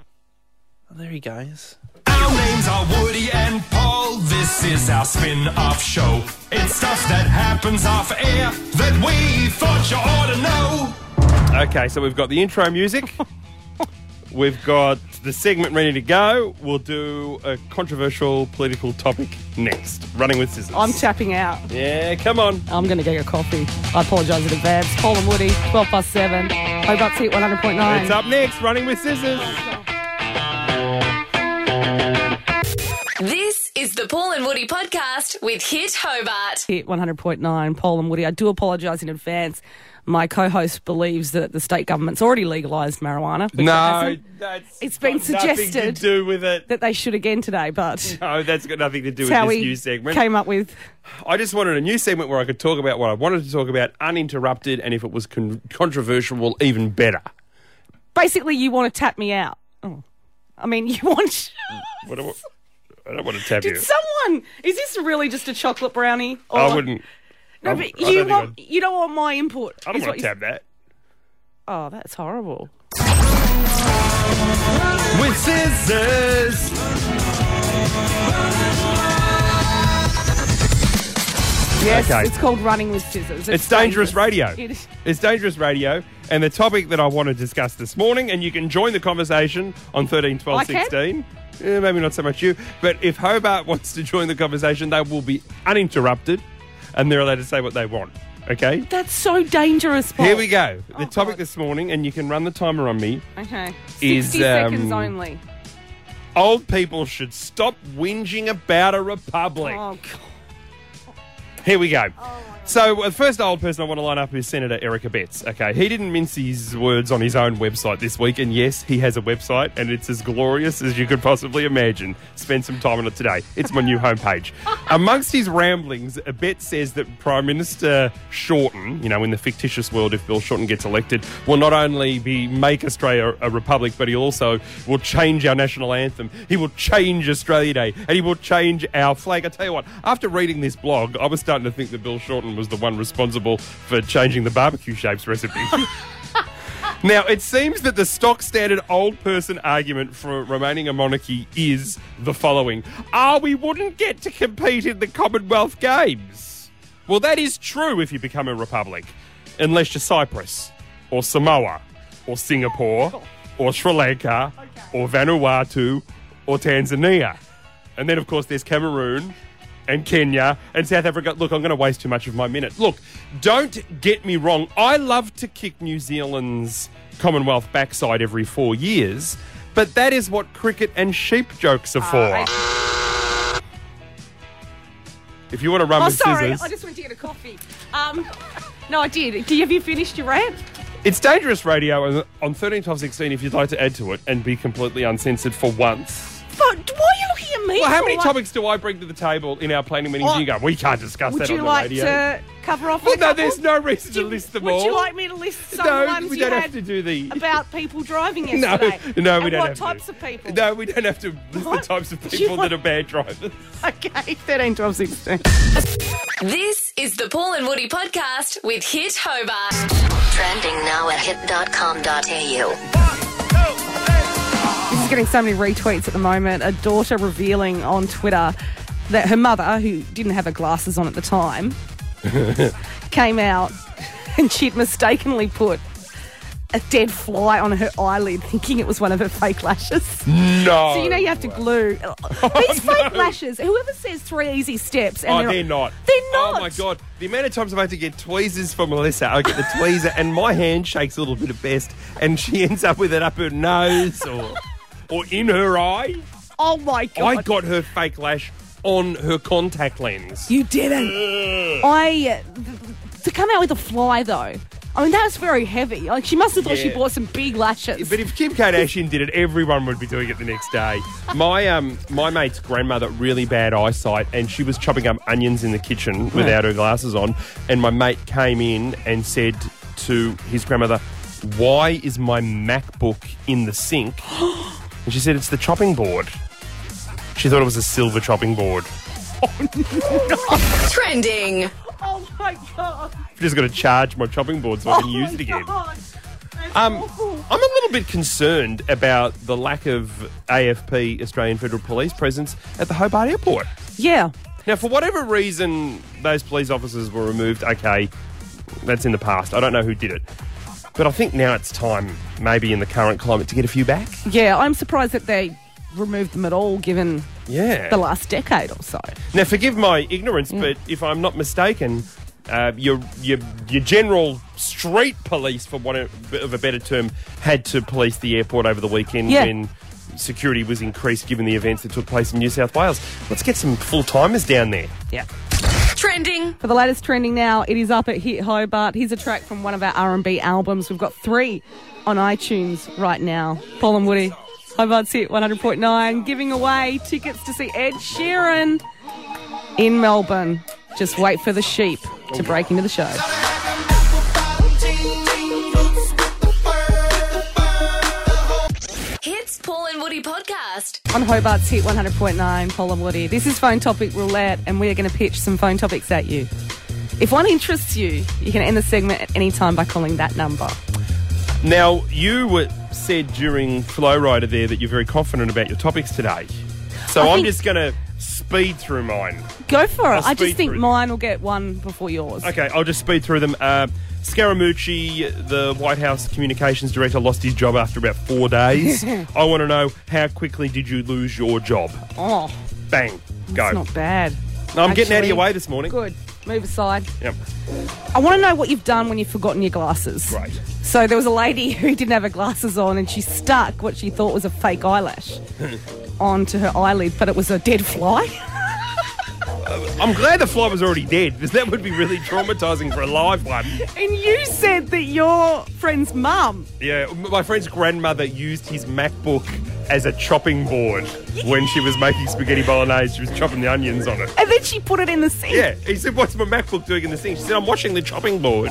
Speaker 11: Oh, there he goes.
Speaker 2: Our names are Woody and Paul. This is our spin off show. It's stuff that happens off air that we thought you ought to know.
Speaker 10: Okay, so we've got the intro music. we've got the segment ready to go. We'll do a controversial political topic next. Running with scissors.
Speaker 4: I'm tapping out.
Speaker 10: yeah, come on.
Speaker 4: I'm going to get your coffee. I apologise in advance. Paul and Woody, 12 past 7. Hobart's Hit 100.9.
Speaker 10: It's up next. Running with scissors.
Speaker 3: This is the Paul and Woody podcast with Hit Hobart.
Speaker 4: Hit 100.9, Paul and Woody. I do apologise in advance. My co host believes that the state government's already legalised marijuana. which it
Speaker 10: No,
Speaker 4: hasn't,
Speaker 10: that's
Speaker 4: It's been
Speaker 10: got nothing
Speaker 4: suggested.
Speaker 10: to do with it.
Speaker 4: That they should again today, but
Speaker 10: No, that's got nothing to do
Speaker 4: that's
Speaker 10: with
Speaker 4: how
Speaker 10: this
Speaker 4: we
Speaker 10: new segment.
Speaker 4: came up with.
Speaker 10: I just wanted a new segment where I could talk about what I wanted to talk about uninterrupted, and if it was con- controversial, well, even better.
Speaker 4: Basically, you want to tap me out. Oh. I mean, you want.
Speaker 10: What do I, I don't want to tap you.
Speaker 4: Did someone. Is this really just a chocolate brownie? Or,
Speaker 10: I wouldn't.
Speaker 4: No,
Speaker 10: I-
Speaker 4: but
Speaker 10: I don't
Speaker 4: you,
Speaker 10: think
Speaker 4: want,
Speaker 10: I'd-
Speaker 4: you don't want my input.
Speaker 10: I don't
Speaker 4: is what
Speaker 10: want to
Speaker 4: you-
Speaker 10: tap that.
Speaker 4: Oh, that's horrible.
Speaker 10: With scissors.
Speaker 4: Yes,
Speaker 10: Okay.
Speaker 4: it's called running with scissors.
Speaker 10: It's dangerous radio.
Speaker 4: It is.
Speaker 10: It's dangerous radio, and the topic that I want to discuss this morning, and you can join the conversation on 13, 12,
Speaker 4: I can?
Speaker 10: 16. Eh, maybe not so much you, but if Hobart wants to join the conversation, they will be uninterrupted, and they're allowed to say what they want. Okay.
Speaker 4: That's so dangerous, Paul.
Speaker 10: Here we go. The
Speaker 4: Oh,
Speaker 10: topic
Speaker 4: God.
Speaker 10: this morning, and you can run the timer on me.
Speaker 4: Okay. 60
Speaker 10: Is,
Speaker 4: seconds
Speaker 10: um,
Speaker 4: only.
Speaker 10: Old people should stop whinging about a republic.
Speaker 4: Oh, God.
Speaker 5: Here we go. So, uh, the first old person I want to line up is Senator Erica Betts. Okay, he didn't mince his words on his own website this week, and yes, he has a website, and it's as glorious as you could possibly imagine. Spend some time on it today. It's my new homepage. Amongst his ramblings, Betts says that Prime Minister Shorten, you know, in the fictitious world, if Bill Shorten gets elected, will not only be make Australia a republic, but he also will change our national anthem. He will change Australia Day, and he will change our flag. I tell you what, after reading this blog, I was starting to think that Bill Shorten was the one responsible for changing the barbecue shapes recipe. Now, it seems that the stock standard old person argument for remaining a monarchy is the following Ah, we wouldn't get to compete in the Commonwealth Games. Well, that is true if you become a republic, unless you're Cyprus, or Samoa, or Singapore, or Sri Lanka, or Vanuatu, or Tanzania. And then, of course, there's Cameroon, and Kenya and South Africa. Look, I'm going to waste too much of my minute. Look, don't get me wrong. I love to kick New Zealand's Commonwealth backside every four years, but that is what cricket and sheep jokes are for. if you want to run
Speaker 4: oh,
Speaker 5: with
Speaker 4: sorry,
Speaker 5: scissors,
Speaker 4: I just went to get a coffee. Um, no, I did. Do you, have you finished your rant?
Speaker 5: it's dangerous radio on- on 13, 12, 16 if you'd like to add to it and be completely uncensored for once.
Speaker 4: But why are you looking at me?
Speaker 5: Well, how
Speaker 4: for,
Speaker 5: many
Speaker 4: like-
Speaker 5: topics do I bring to the table in our planning meetings?
Speaker 4: What?
Speaker 5: You go, we can't discuss
Speaker 4: Would
Speaker 5: that
Speaker 4: you
Speaker 5: on the
Speaker 4: like
Speaker 5: radio.
Speaker 4: to cover off?
Speaker 5: Well,
Speaker 4: a
Speaker 5: no,
Speaker 4: couple?
Speaker 5: there's no reason to list them
Speaker 4: Would
Speaker 5: all.
Speaker 4: you like me to list some
Speaker 5: No,
Speaker 4: ones
Speaker 5: we
Speaker 4: you
Speaker 5: don't have
Speaker 4: had
Speaker 5: to do the-
Speaker 4: about people driving
Speaker 5: No,
Speaker 4: yesterday?
Speaker 5: no, we
Speaker 4: and
Speaker 5: don't
Speaker 4: What
Speaker 5: have to.
Speaker 4: types of people?
Speaker 5: No, we don't have to list the types of
Speaker 4: Do you
Speaker 5: people
Speaker 4: want-
Speaker 5: that are bad drivers.
Speaker 4: Okay, 13, 12, 16.
Speaker 3: This is the Paul and Woody podcast with Hit Hobart.
Speaker 1: Trending now at hit.com.au.
Speaker 4: This is getting so many retweets at the moment. A daughter revealing on Twitter that her mother, who didn't have her glasses on at the time, came out and she'd mistakenly put a dead fly on her eyelid, thinking it was one of her fake lashes.
Speaker 5: No.
Speaker 4: So you know you have to glue these fake lashes. Whoever says three easy steps, and
Speaker 5: oh, they're not.
Speaker 4: They're not.
Speaker 5: Oh my god! The amount of times I've had to get tweezers for Melissa, I get the tweezer, and my hand shakes a little bit at best, and she ends up with it up her nose or or in her eye.
Speaker 4: Oh my god!
Speaker 5: I got her fake lash on her contact lens.
Speaker 4: You didn't. I to come out with a fly though. I mean that was very heavy. Like she must have thought she
Speaker 5: Yeah.
Speaker 4: bought some big lashes.
Speaker 5: But if Kim Kardashian did it, everyone would be doing it the next day. My um, my mate's grandmother really bad eyesight, and she was chopping up onions in the kitchen without her glasses on. And my mate came in and said to his grandmother, "Why is my MacBook in the sink?" And she said, "It's the chopping board." She thought it was a silver chopping board.
Speaker 3: Trending.
Speaker 4: Oh my god!
Speaker 5: I've just got to charge my chopping board so I can
Speaker 4: Oh
Speaker 5: use
Speaker 4: my
Speaker 5: it again.
Speaker 4: God. That's
Speaker 5: Um,
Speaker 4: awful.
Speaker 5: I'm a little bit concerned about the lack of AFP, Australian Federal Police, presence at the Hobart Airport.
Speaker 4: Yeah.
Speaker 5: Now, for whatever reason, those police officers were removed. Okay, that's in the past. I don't know who did it. But I think now it's time, maybe in the current climate, to get a few back.
Speaker 4: Yeah, I'm surprised that they removed them at all given
Speaker 5: Yeah.
Speaker 4: the last decade or so.
Speaker 5: Now, forgive my ignorance,
Speaker 4: Mm.
Speaker 5: but if I'm not mistaken, uh, your, your your general street police, for want of of a better term, had to police the airport over the weekend
Speaker 4: Yeah.
Speaker 5: when security was increased given the events that took place in New South Wales. Let's get some full timers down there.
Speaker 4: Yeah.
Speaker 3: Trending.
Speaker 4: For the latest trending now, it is up at Hit Hobart. Here's a track from one of our R&B albums. We've got three on iTunes right now. Paul and Woody, Hobart's Hit 100.9, giving away tickets to see Ed Sheeran in Melbourne. Just wait for the sheep to break into the show.
Speaker 3: Hits Paul and Woody podcast.
Speaker 4: On Hobart's Hit 100.9, Paul and Woody, this is Phone Topic Roulette, and we are going to pitch some phone topics at you. If one interests you, you can end the segment at any time by calling that number.
Speaker 5: Now, you were said during Flow Rider there that you're very confident about your topics today. So
Speaker 4: I
Speaker 5: I'm
Speaker 4: think-
Speaker 5: just going to speed through mine.
Speaker 4: Go for it.
Speaker 5: I'll
Speaker 4: I just
Speaker 5: speed
Speaker 4: think
Speaker 5: through.
Speaker 4: mine will get one before yours.
Speaker 5: Okay, I'll just speed through them. Uh, Scaramucci, the White House communications director, lost his job after about four days. I want to know how quickly did you lose your job?
Speaker 4: Oh,
Speaker 5: Bang, go.
Speaker 4: it's not bad.
Speaker 5: No, I'm getting out of
Speaker 4: Actually,
Speaker 5: your way this morning.
Speaker 4: Good. Move aside.
Speaker 5: Yep.
Speaker 4: I want to know what you've done when you've forgotten your glasses.
Speaker 5: Right.
Speaker 4: So there was a lady who didn't have her glasses on and she stuck what she thought was a fake eyelash onto her eyelid, but it was a dead fly.
Speaker 5: I'm glad the fly was already dead because that would be really traumatizing for a live one.
Speaker 4: And you said that your friend's mum.
Speaker 5: Yeah, m- my friend's grandmother used his MacBook as a chopping board when she was making spaghetti bolognese. She was chopping the onions on it.
Speaker 4: And then she put it in the sink.
Speaker 5: Yeah, he said, "What's my MacBook doing in this thing?" She said, "I'm watching the chopping board."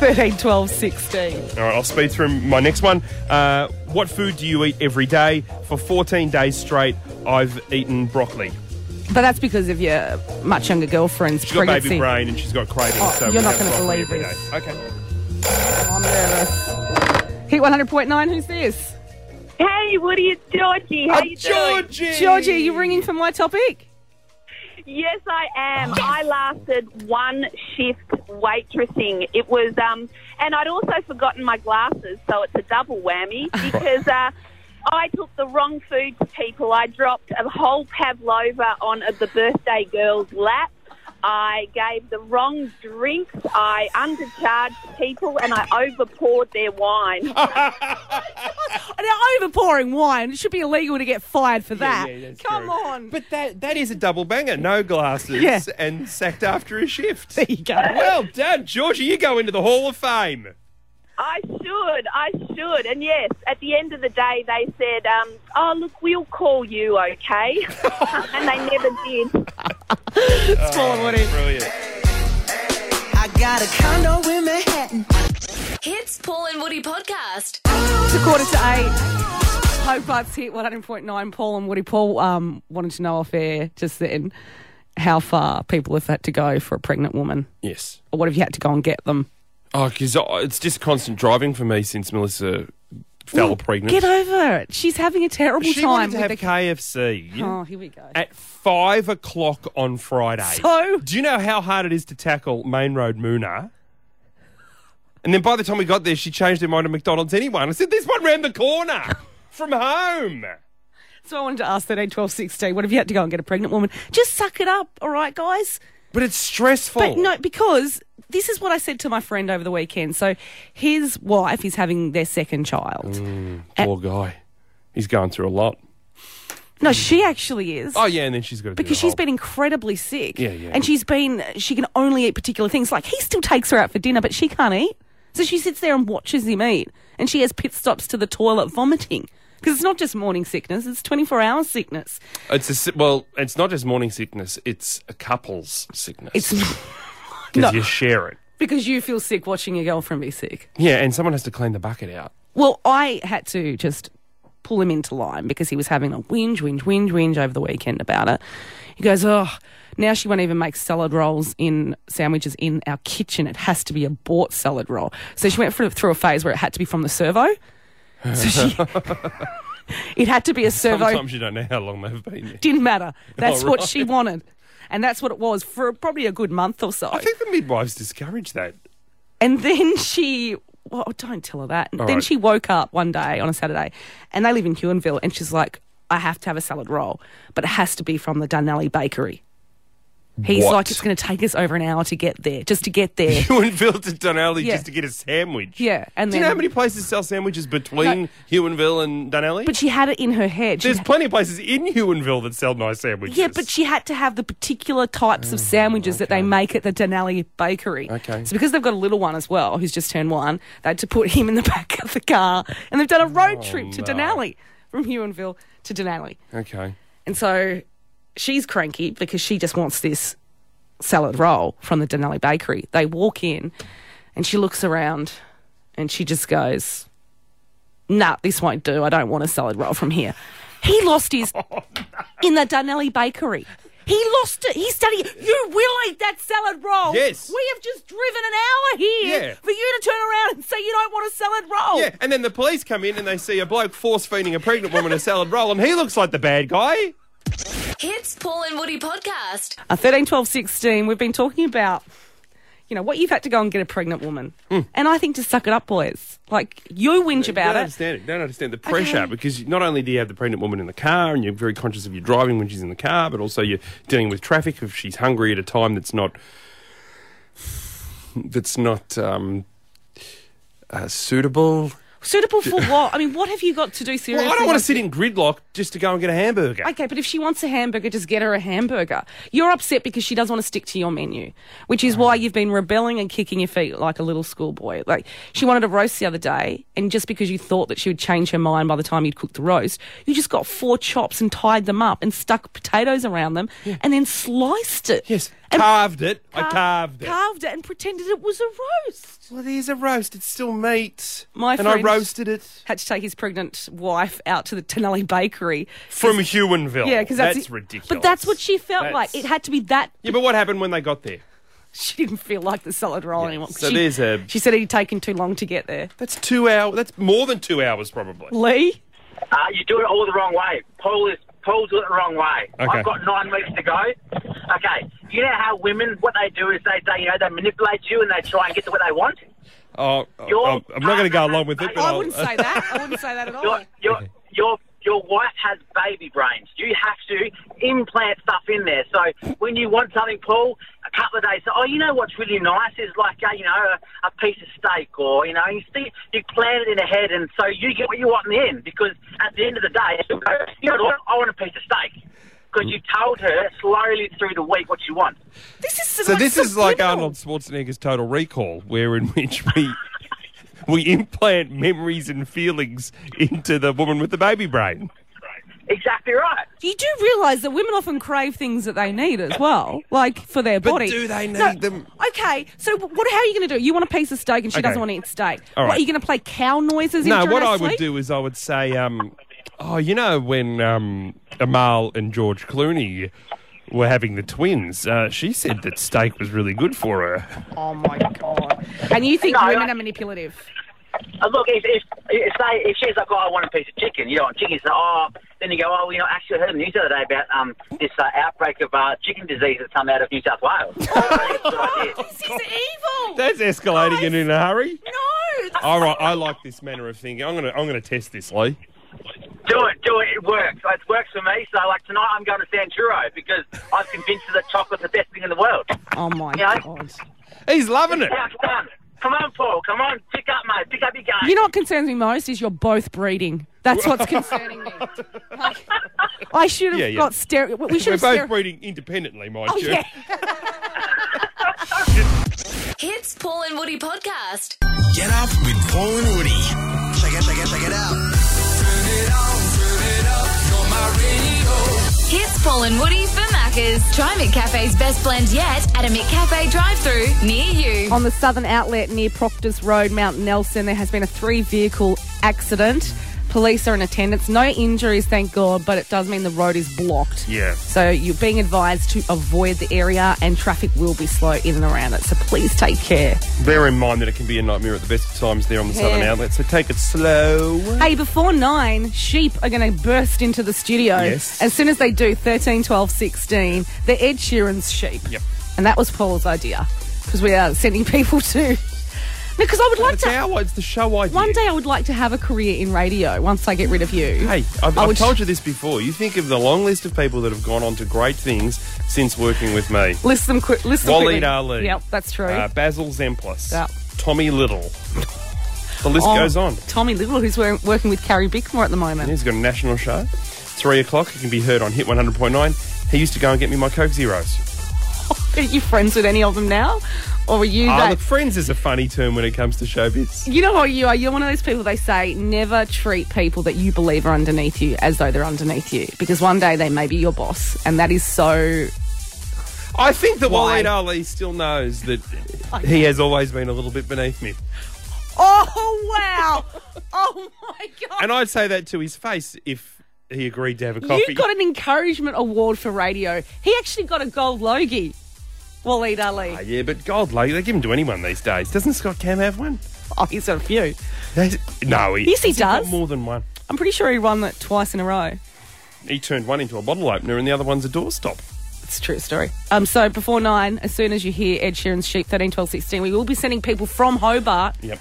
Speaker 4: 13, 12, 16.
Speaker 5: All right, I'll speed through my next one. Uh, what food do you eat every day? For 14 days straight, I've eaten broccoli.
Speaker 4: But that's because of your much younger girlfriend's
Speaker 5: She's got
Speaker 4: pregnancy.
Speaker 5: baby brain and she's got cravings.
Speaker 4: Oh,
Speaker 5: so
Speaker 4: you're
Speaker 5: we
Speaker 4: not
Speaker 5: have
Speaker 4: gonna
Speaker 5: broccoli
Speaker 4: believe
Speaker 5: every
Speaker 4: this.
Speaker 5: day. Okay.
Speaker 4: I'm nervous. Hit 100.9, who's this?
Speaker 10: Hey, Woody, it's Georgie. How
Speaker 4: Oh,
Speaker 10: you doing?
Speaker 4: Georgie! Georgie, are you ringing for my topic?
Speaker 10: Yes, I am. I lasted one shift waitressing. It was, um, and I'd also forgotten my glasses, so it's a double whammy because uh, I took the wrong food to people. I dropped a whole pavlova on a- the birthday girl's lap. I gave the wrong drinks. I undercharged people, and I overpoured their wine.
Speaker 4: They're overpouring wine. It should be illegal to get fired for that. Come on.
Speaker 5: But that that is a double banger. No glasses
Speaker 4: Yeah.
Speaker 5: and sacked after a shift.
Speaker 4: There you go.
Speaker 5: Well done, Georgie. You go into the Hall of Fame.
Speaker 10: I should, I should. And yes, at the end of the day, they said, um, oh, look, we'll call you, okay? and they never did.
Speaker 4: Small Woody.
Speaker 5: Brilliant.
Speaker 7: I got a condo in Manhattan.
Speaker 3: Hits Paul and Woody podcast.
Speaker 4: It's a quarter to eight. Hobart's hit 100.9. Paul and Woody. Paul um, wanted to know off air just then how far people have had to go for a pregnant woman.
Speaker 5: Yes.
Speaker 4: Or what have you had to go and get them?
Speaker 5: Oh, because it's just constant driving for me since Melissa fell pregnant.
Speaker 4: Get over it. She's having a terrible
Speaker 5: she
Speaker 4: time
Speaker 5: wanted
Speaker 4: with
Speaker 5: to have
Speaker 4: the
Speaker 5: KFC
Speaker 4: Oh, here we go.
Speaker 5: at five o'clock on Friday.
Speaker 4: So?
Speaker 5: do you know how hard it is to tackle Main Road Moona? And then by the time we got there, she changed her mind to McDonald's anyway. And I said, "This one round the corner from home."
Speaker 4: So I wanted to ask 13, 12, 16, what have you had to go and get a pregnant woman? Just suck it up, all right, guys?
Speaker 5: But it's stressful.
Speaker 4: But no, because this is what I said to my friend over the weekend. So his wife is having their second child.
Speaker 5: Mm. Poor guy, he's going through a lot.
Speaker 4: No, she actually is.
Speaker 5: Oh yeah, and then she's got to
Speaker 4: Because
Speaker 5: do the
Speaker 4: she's been incredibly sick.
Speaker 5: Yeah, yeah.
Speaker 4: And she's been, she can only eat particular things. Like, he still takes her out for dinner, but she can't eat. So she sits there and watches him eat. And she has pit stops to the toilet vomiting. Because it's not just morning sickness, it's 24 hour sickness.
Speaker 5: whole- It's a si- well, it's not just morning sickness; it's a couple's sickness.
Speaker 4: It's
Speaker 5: because you share it.
Speaker 4: because you feel sick watching your girlfriend be sick.
Speaker 5: Yeah, and someone has to clean the bucket out.
Speaker 4: Well, I had to just pull him into line because he was having a whinge, whinge, whinge, whinge over the weekend about it. He goes, Oh, now she won't even make salad rolls in sandwiches in our kitchen. It has to be a bought salad roll. So she went through, through a phase where it had to be from the servo. So she, it had to be a servo.
Speaker 5: Sometimes you don't know how long they've been there.
Speaker 4: Didn't matter. That's
Speaker 5: Oh,
Speaker 4: what
Speaker 5: right.
Speaker 4: she wanted. And that's what it was for probably a good month or so.
Speaker 5: I think the midwives discourage that.
Speaker 4: And then she, well, don't tell her that. And
Speaker 5: All
Speaker 4: then
Speaker 5: right.
Speaker 4: she woke up one day on a Saturday, and they live in Huonville, and she's like, I have to have a salad roll, but it has to be from the Dunelly Bakery. He's
Speaker 5: What?
Speaker 4: like, it's going to take us over an hour to get there, just to get there.
Speaker 5: You and Phil to Dunelly
Speaker 4: Yeah.
Speaker 5: just to get a sandwich.
Speaker 4: yeah, and
Speaker 5: Do you
Speaker 4: then
Speaker 5: know how many places sell sandwiches between
Speaker 4: No.
Speaker 5: Huonville and Dunelly?
Speaker 4: But she had it in her head. She
Speaker 5: There's plenty of places in Huonville that sell nice sandwiches. Mm,
Speaker 4: Yeah, but she had to have the particular types of sandwiches that they make at the Denali Bakery.
Speaker 5: Okay.
Speaker 4: So because they've got a little one as well, who's just turned one, they had to put him in the back of the car, and they've done a road trip to
Speaker 5: Oh, no.
Speaker 4: Denali from Huonville to Denali,
Speaker 5: Okay.
Speaker 4: and so she's cranky because she just wants this salad roll from the Denali Bakery. They walk in, and she looks around, and she just goes, "Nah, this won't do. I don't want a salad roll from here." He lost his
Speaker 5: Oh,
Speaker 4: in the Dunelly Bakery. He lost it. He studied. You will eat that salad roll.
Speaker 5: Yes.
Speaker 4: We have just driven an hour here
Speaker 5: Yeah.
Speaker 4: for you to turn around and say you don't want a salad roll.
Speaker 5: Yeah, and then the police come in and they see a bloke force feeding a pregnant woman a salad roll, and he looks like the bad guy.
Speaker 3: Hits Paul and Woody podcast.
Speaker 4: Uh, 13, 12, 16, we've been talking about, you know, what you've had to go and get a pregnant woman.
Speaker 5: Mm.
Speaker 4: And I think just suck it up, boys. Like, you whinge
Speaker 5: don't
Speaker 4: about it.
Speaker 5: understand it. Don't understand the pressure because not only do you have the pregnant woman in the car and you're very conscious of your driving when she's in the car, but also you're dealing with traffic if she's hungry at a time that's not that's not um, uh, suitable.
Speaker 4: Suitable for what? I mean, what have you got to do seriously?
Speaker 5: Well, I don't want
Speaker 4: Like-
Speaker 5: to sit in gridlock just to go and get a hamburger.
Speaker 4: Okay, but if she wants a hamburger, just get her a hamburger. You're upset because she doesn't want to stick to your menu, which is why you've been rebelling and kicking your feet like a little schoolboy. Like she wanted a roast the other day, and just because you thought that she would change her mind by the time you'd cooked the roast, you just got four chops and tied them up and stuck potatoes around them and then sliced it. Yes,
Speaker 5: carved it. I carved it.
Speaker 4: Carved it and pretended it was a roast.
Speaker 5: Well, there's a roast. It's still meat.
Speaker 4: My
Speaker 5: And I
Speaker 4: friend
Speaker 5: roasted it.
Speaker 4: Had to take his pregnant wife out to the Tenelli Bakery
Speaker 5: From Hewanville.
Speaker 4: Yeah, because that's,
Speaker 5: That's ridiculous.
Speaker 4: But that's what she felt like.
Speaker 5: That's-
Speaker 4: It had to be that.
Speaker 5: Yeah, but what happened when they got there?
Speaker 4: She didn't feel like the salad roll anymore.
Speaker 5: So
Speaker 4: she,
Speaker 5: there's a.
Speaker 4: She said he'd taken too long to get there.
Speaker 5: That's two hours. That's more than two hours, probably.
Speaker 4: Lee.
Speaker 11: Uh, you do it all the wrong way. Paul is Paul's doing it the wrong way.
Speaker 5: Okay.
Speaker 11: I've got nine weeks to go. Okay, you know how women, what they do is they, they, you know, they manipulate you and they try and get to what they want.
Speaker 5: Oh, oh,
Speaker 11: Your-
Speaker 5: oh, I'm not going to go along with it. But
Speaker 11: I
Speaker 5: I'll- uh,
Speaker 11: wouldn't say
Speaker 4: that. I wouldn't say that at all.
Speaker 11: Your your your wife has baby brains. You have to implant stuff in there. So when you want something, Paul, a couple of days. So, oh, you know what's really nice is like uh, you know a, a piece of steak, or you know you see, you plan it in ahead, and so you get what you want in the end. Because at the end of the day, you go, you know what? I want a piece of steak. Because you told her slowly through the week what you want.
Speaker 4: This is
Speaker 5: So this is like Arnold Schwarzenegger's Total Recall, where in which we we implant memories and feelings into the woman with the baby brain.
Speaker 11: Exactly right.
Speaker 4: You do realise that women often crave things that they need as well, like for their
Speaker 5: But
Speaker 4: body.
Speaker 5: do they need them?
Speaker 4: Okay, so what? How are you going to do? it? You want a piece of steak, and she
Speaker 5: Okay.
Speaker 4: doesn't want to eat steak.
Speaker 5: All
Speaker 4: What
Speaker 5: right.
Speaker 4: are you going to play cow noises?
Speaker 5: No,
Speaker 4: into
Speaker 5: what
Speaker 4: her
Speaker 5: I would
Speaker 4: sleep?
Speaker 5: do is I would say, um, oh, you know when um, Amal and George Clooney were having the twins, uh, she said that steak was really good for her.
Speaker 4: Oh my god! And you think
Speaker 11: No,
Speaker 4: women
Speaker 11: I-
Speaker 4: are manipulative?
Speaker 11: Uh, look, if, if, if, say, if she's like, oh, I want a piece of chicken, you don't want chicken, you say, oh, then you go, oh, you know, actually, I heard the news the other day about um, this uh, outbreak of uh, chicken disease that's come out of New South Wales.
Speaker 4: This is evil.
Speaker 5: That's escalating and in a hurry.
Speaker 4: No.
Speaker 5: All right, I like this manner of thinking. I'm gonna, I'm gonna test this, Lee.
Speaker 11: do it, do it, it works. It works for me. So, like, tonight I'm going to Sanchuro because I was convinced that chocolate's the best thing in the world.
Speaker 4: Oh my
Speaker 11: You know?
Speaker 4: god!
Speaker 5: He's loving it.
Speaker 11: How it's done. Come on, Paul. Come on. Pick up, mate. Pick up your game.
Speaker 4: You know what concerns me most is you're both breeding. That's what's concerning me. Like, I should have
Speaker 5: Yeah, yeah.
Speaker 4: got stereo. We should
Speaker 5: We're
Speaker 4: have
Speaker 5: both
Speaker 4: stereo.
Speaker 5: breeding independently, mind
Speaker 4: Oh,
Speaker 5: you.
Speaker 4: yeah.
Speaker 3: Hits Paul and Woody podcast.
Speaker 2: Get up with Paul and Woody. Check it, check it, check it out. Turn it on, turn it up. You're my radio.
Speaker 3: Hits Paul and Woody for Maccas. Try McCafe's best blend yet at a McCafe drive through near you.
Speaker 4: On the southern outlet near Proctor's Road, Mount Nelson, there has been a three vehicle accident. Police are in attendance. No injuries, thank God, but it does mean the road is blocked.
Speaker 5: Yeah.
Speaker 4: So you're being advised to avoid the area and traffic will be slow in and around it. So please take care.
Speaker 5: Bear in mind that it can be a nightmare at the best of times there on the southern
Speaker 4: Yeah.
Speaker 5: outlet, so take it slow.
Speaker 4: Hey, before nine, sheep are going to burst into the studio.
Speaker 5: Yes.
Speaker 4: As soon as they do, 13, 12, 16, they're Ed Sheeran's sheep.
Speaker 5: Yep.
Speaker 4: And that was Paul's idea because we are sending people to. Because I would like
Speaker 5: It's
Speaker 4: to.
Speaker 5: our, it's the show idea.
Speaker 4: One day I would like to have a career in radio once I get rid of you.
Speaker 5: Hey, I've,
Speaker 4: I
Speaker 5: I've
Speaker 4: would-
Speaker 5: told you this before. You think of the long list of people that have gone on to great things since working with me.
Speaker 4: List them quick. List them
Speaker 5: Waleed
Speaker 4: quickly.
Speaker 5: Ali.
Speaker 4: Yep, that's true.
Speaker 5: Uh, Basil Zemplis.
Speaker 4: Yep.
Speaker 5: Tommy Little. The list
Speaker 4: Oh,
Speaker 5: goes on.
Speaker 4: Tommy Little, who's wor- working with Carrie Bickmore at the moment.
Speaker 5: He's got a national show. Three o'clock. It can be heard on Hit 100.9. He used to go and get me my Coke Zeros.
Speaker 4: Are you friends with any of them now? Or are you
Speaker 5: Ah,
Speaker 4: that?
Speaker 5: look, friends is a funny term when it comes to showbiz.
Speaker 4: You know what you are? You're one of those people they say never treat people that you believe are underneath you as though they're underneath you because one day they may be your boss, and that is so.
Speaker 5: I think that
Speaker 4: Why?
Speaker 5: Waleed Ali still knows that he has always been a little bit beneath me.
Speaker 4: Oh wow! oh my god!
Speaker 5: And I'd say that to his face if he agreed to have a coffee.
Speaker 4: You got an encouragement award for radio. He actually got a gold logie. Waleed Ali.
Speaker 5: Ah, yeah, but gold, like, they give them to anyone these days. Doesn't Scott Cam have one?
Speaker 4: Oh, he's got a few.
Speaker 5: no, he,
Speaker 4: Yes, he
Speaker 5: has got
Speaker 4: does.
Speaker 5: more than one.
Speaker 4: I'm pretty sure he won it twice in a row.
Speaker 5: He turned one into a bottle opener and the other one's a doorstop.
Speaker 4: It's a true story. Um, so before nine, as soon as you hear Ed Sheeran's Sheep 13, 12, 16, we will be sending people from Hobart
Speaker 5: Yep.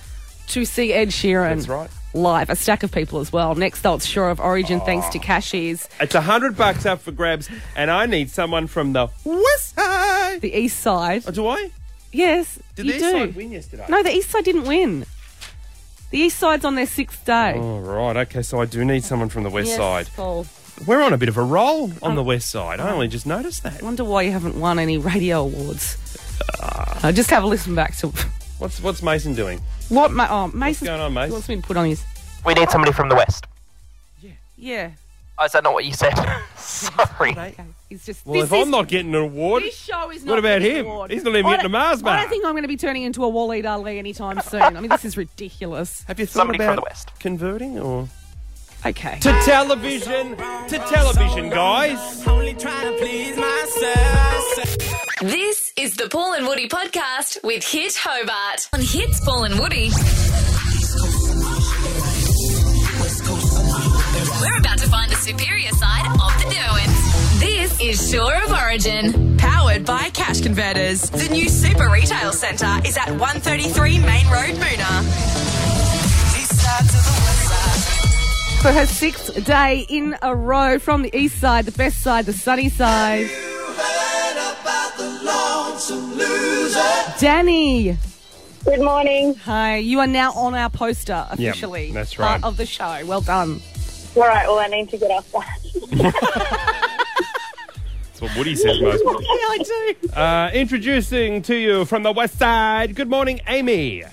Speaker 4: to see Ed Sheeran.
Speaker 5: That's right.
Speaker 4: Live, a stack of people as well. Next, though, it's Shore of Origin, thanks
Speaker 5: Oh.
Speaker 4: to Cashies.
Speaker 5: It's a hundred bucks up for grabs, and I need someone from the. West Side. Oh,
Speaker 4: The East Side.
Speaker 5: do I?
Speaker 4: Yes.
Speaker 5: Did
Speaker 4: you
Speaker 5: the East
Speaker 4: do.
Speaker 5: Side win yesterday?
Speaker 4: No, the East Side didn't win. The The East Side's on their sixth day.
Speaker 5: All right. Okay. So I do need someone from the Oh, west
Speaker 4: Yes, Oh.
Speaker 5: side.
Speaker 4: Paul.
Speaker 5: We're on a bit of a roll on the west side. I only just noticed that.
Speaker 4: Wonder why you haven't won any radio awards.
Speaker 5: Ah.
Speaker 4: Uh, just have a listen back to
Speaker 5: What's what's Mason doing?
Speaker 4: what Ma- oh, Mason's
Speaker 5: going on, Mace?
Speaker 4: he wants me to put on his.
Speaker 8: We need somebody from the west.
Speaker 4: Yeah.
Speaker 8: Oh, is that not what you said? Sorry.
Speaker 4: He's just.
Speaker 5: Well,
Speaker 4: this
Speaker 5: if
Speaker 4: is-
Speaker 5: I'm not getting an award,
Speaker 4: This show is not.
Speaker 5: what about
Speaker 4: getting
Speaker 5: him?
Speaker 4: an award.
Speaker 5: He's not even
Speaker 4: I
Speaker 5: getting a
Speaker 4: don't-
Speaker 5: Mars
Speaker 4: I
Speaker 5: bar.
Speaker 4: don't think I'm going to be turning into a Waleed Ali anytime soon. I mean, this is ridiculous.
Speaker 5: Have you thought about converting or
Speaker 4: okay
Speaker 5: to television? To television, guys.
Speaker 3: This is the Paul and Woody podcast with Hit Hobart on Hits Paul and Woody. We're about to find the superior side of the Derwents. This is Shore of Origin,
Speaker 12: powered by Cash Converters. The new Super Retail Centre is at 133 Main Road, Moona.
Speaker 4: For her sixth day in a row from the east side, the best side, the sunny side. Danny.
Speaker 9: Good morning.
Speaker 4: Hi, you are now on our poster
Speaker 5: Yeah,
Speaker 4: officially.
Speaker 5: that's
Speaker 4: Part
Speaker 5: right.
Speaker 4: of the show. Well done.
Speaker 9: All right, well, I need to get off that.
Speaker 5: That's what Woody says most.
Speaker 4: I do.
Speaker 5: Uh, introducing to you from the west side. Good morning, Amy.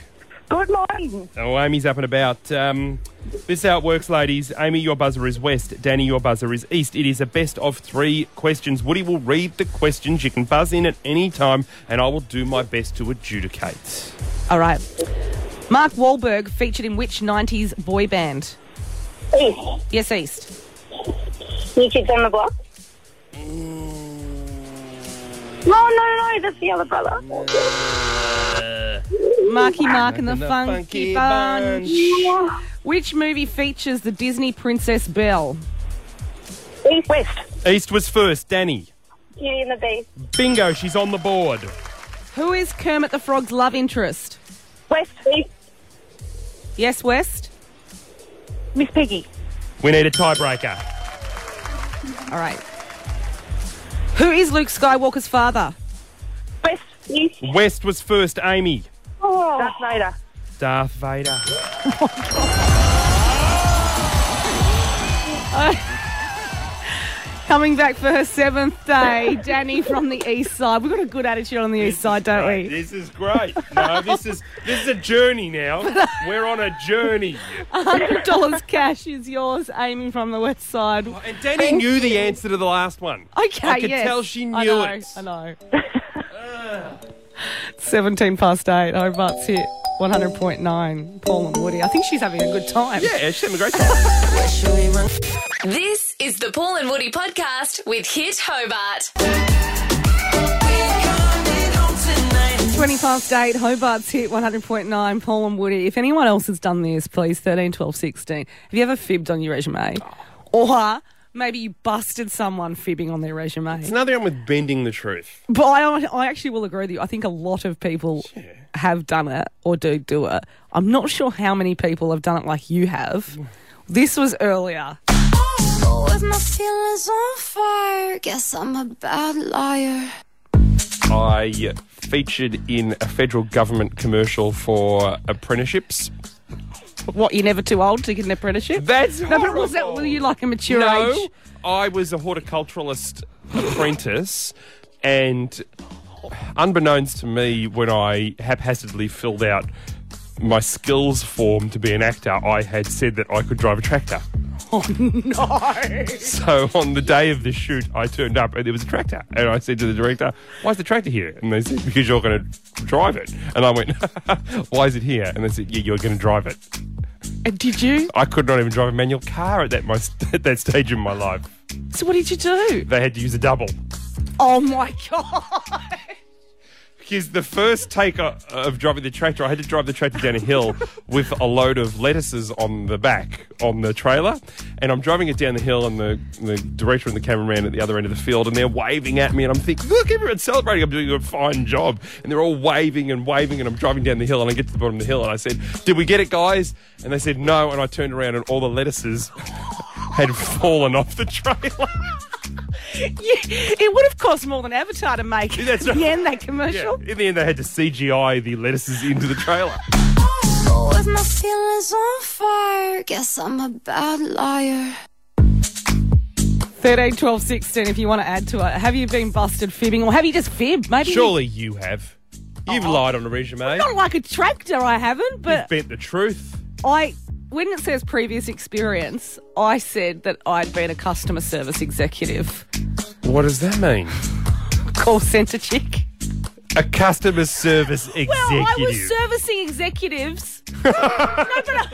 Speaker 9: Good morning.
Speaker 5: Oh, Amy's up and about. Um, this is how it works, ladies. Amy, your buzzer is west. Danny, your buzzer is east. It is a best of three questions. Woody will read the questions. You can buzz in at any time, and I will do my best to adjudicate.
Speaker 4: All right. Mark Wahlberg featured in which 90s boy band?
Speaker 9: East.
Speaker 4: Yes, East.
Speaker 9: New Kids on the Block. No, no, no, that's the other brother.
Speaker 4: Marky Mark and the,
Speaker 9: Mark
Speaker 4: Funky, Bunch. Which movie features the Disney Princess Belle?
Speaker 9: East West.
Speaker 5: East was first. Danny.
Speaker 9: Beauty and the Beast.
Speaker 5: Bingo, she's on the board.
Speaker 4: Who is Kermit the Frog's love interest?
Speaker 9: West. East.
Speaker 4: Yes, West.
Speaker 9: Miss Piggy.
Speaker 5: We need a tiebreaker.
Speaker 4: All right. Who is Luke Skywalker's father?
Speaker 9: West. East.
Speaker 5: West was first. Amy.
Speaker 9: Oh. Darth Vader.
Speaker 5: Darth Vader.
Speaker 4: Coming back for her seventh day, Danny from the east side. We've got a good attitude on the east side, don't
Speaker 5: Great.
Speaker 4: we?
Speaker 5: This is great. No, this is this is a journey now. We're on a journey.
Speaker 4: hundred dollars cash is yours, Amy from the west side.
Speaker 5: Oh,
Speaker 4: Oh,
Speaker 5: And Danny knew the answer to the last one.
Speaker 4: Okay,
Speaker 5: I could
Speaker 4: yes.
Speaker 5: tell she knew
Speaker 4: I know,
Speaker 5: it.
Speaker 4: I know. Seventeen past eight. Hobart's hit one hundred point nine. Paul and Woody. I think she's having a good time.
Speaker 5: Yeah, she's having a great time.
Speaker 3: This is the Paul and Woody podcast with Hit Hobart.
Speaker 4: 20 past 8, Hobart's hit 100.9, Paul and Woody. If anyone else has done this, please, 13, 12, 16. Have you ever fibbed on your resume?
Speaker 5: Oh.
Speaker 4: Or maybe you busted someone fibbing on their resume?
Speaker 5: It's another one with bending the truth.
Speaker 4: But I, I actually will agree with you. I think a lot of people have done it or do do it. I'm not sure how many people have done it like you have. This was earlier.
Speaker 6: With Oh, my feelings on fire, guess I'm a bad liar.
Speaker 5: I featured in a federal government commercial for apprenticeships.
Speaker 4: What, you're never too old to get an apprenticeship?
Speaker 5: That's
Speaker 4: No, but was that,
Speaker 5: horrible.
Speaker 4: were you like a mature
Speaker 5: no,
Speaker 4: age?
Speaker 5: I was a horticulturalist apprentice, and unbeknownst to me, when I haphazardly filled out my skills form to be an actor, I had said that I could drive a tractor.
Speaker 4: Oh, no.
Speaker 5: So on the day of the shoot, I turned up and there was a tractor. And I said to the director, Why is the tractor here? And they said, Because you're going to drive it. And I went, Why is it here? And they said, Yeah, you're going to drive it.
Speaker 4: And did you?
Speaker 5: I could not even drive a manual car at that, my, at that stage in my life.
Speaker 4: So what did you do?
Speaker 5: They had to use a double.
Speaker 4: Oh, my God.
Speaker 5: Because the first take o- of driving the tractor, I had to drive the tractor down a hill with a load of lettuces on the back on the trailer. And I'm driving it down the hill, and the, the director and the cameraman at the other end of the field, and they're waving at me. And I'm thinking, look, everyone's celebrating. I'm doing a fine job. And they're all waving and waving. And I'm driving down the hill, and I get to the bottom of the hill, and I said, Did we get it, guys? And they said, No. And I turned around, and all the lettuces had fallen off the trailer.
Speaker 4: Yeah, it would have cost more than Avatar to make
Speaker 5: That's
Speaker 4: at the
Speaker 5: right.
Speaker 4: end that commercial.
Speaker 5: Yeah. In the end, they had to CGI the lettuces into the trailer.
Speaker 6: Go with Oh, my feelings on fire. Guess I'm a bad liar.
Speaker 4: 13, 12, 16, if you want to add to it. Have you been busted fibbing or have you just fibbed? Maybe. you-
Speaker 5: Surely you have. You've
Speaker 4: Oh.
Speaker 5: lied on a resume.
Speaker 4: Not like a tractor, I haven't, but
Speaker 5: You've bent the truth.
Speaker 4: I. When it says previous experience, I said that I'd been a customer service executive,
Speaker 5: What does that mean?
Speaker 4: call centre chick.
Speaker 5: A customer service executive.
Speaker 4: Well, I was servicing executives. no, but uh,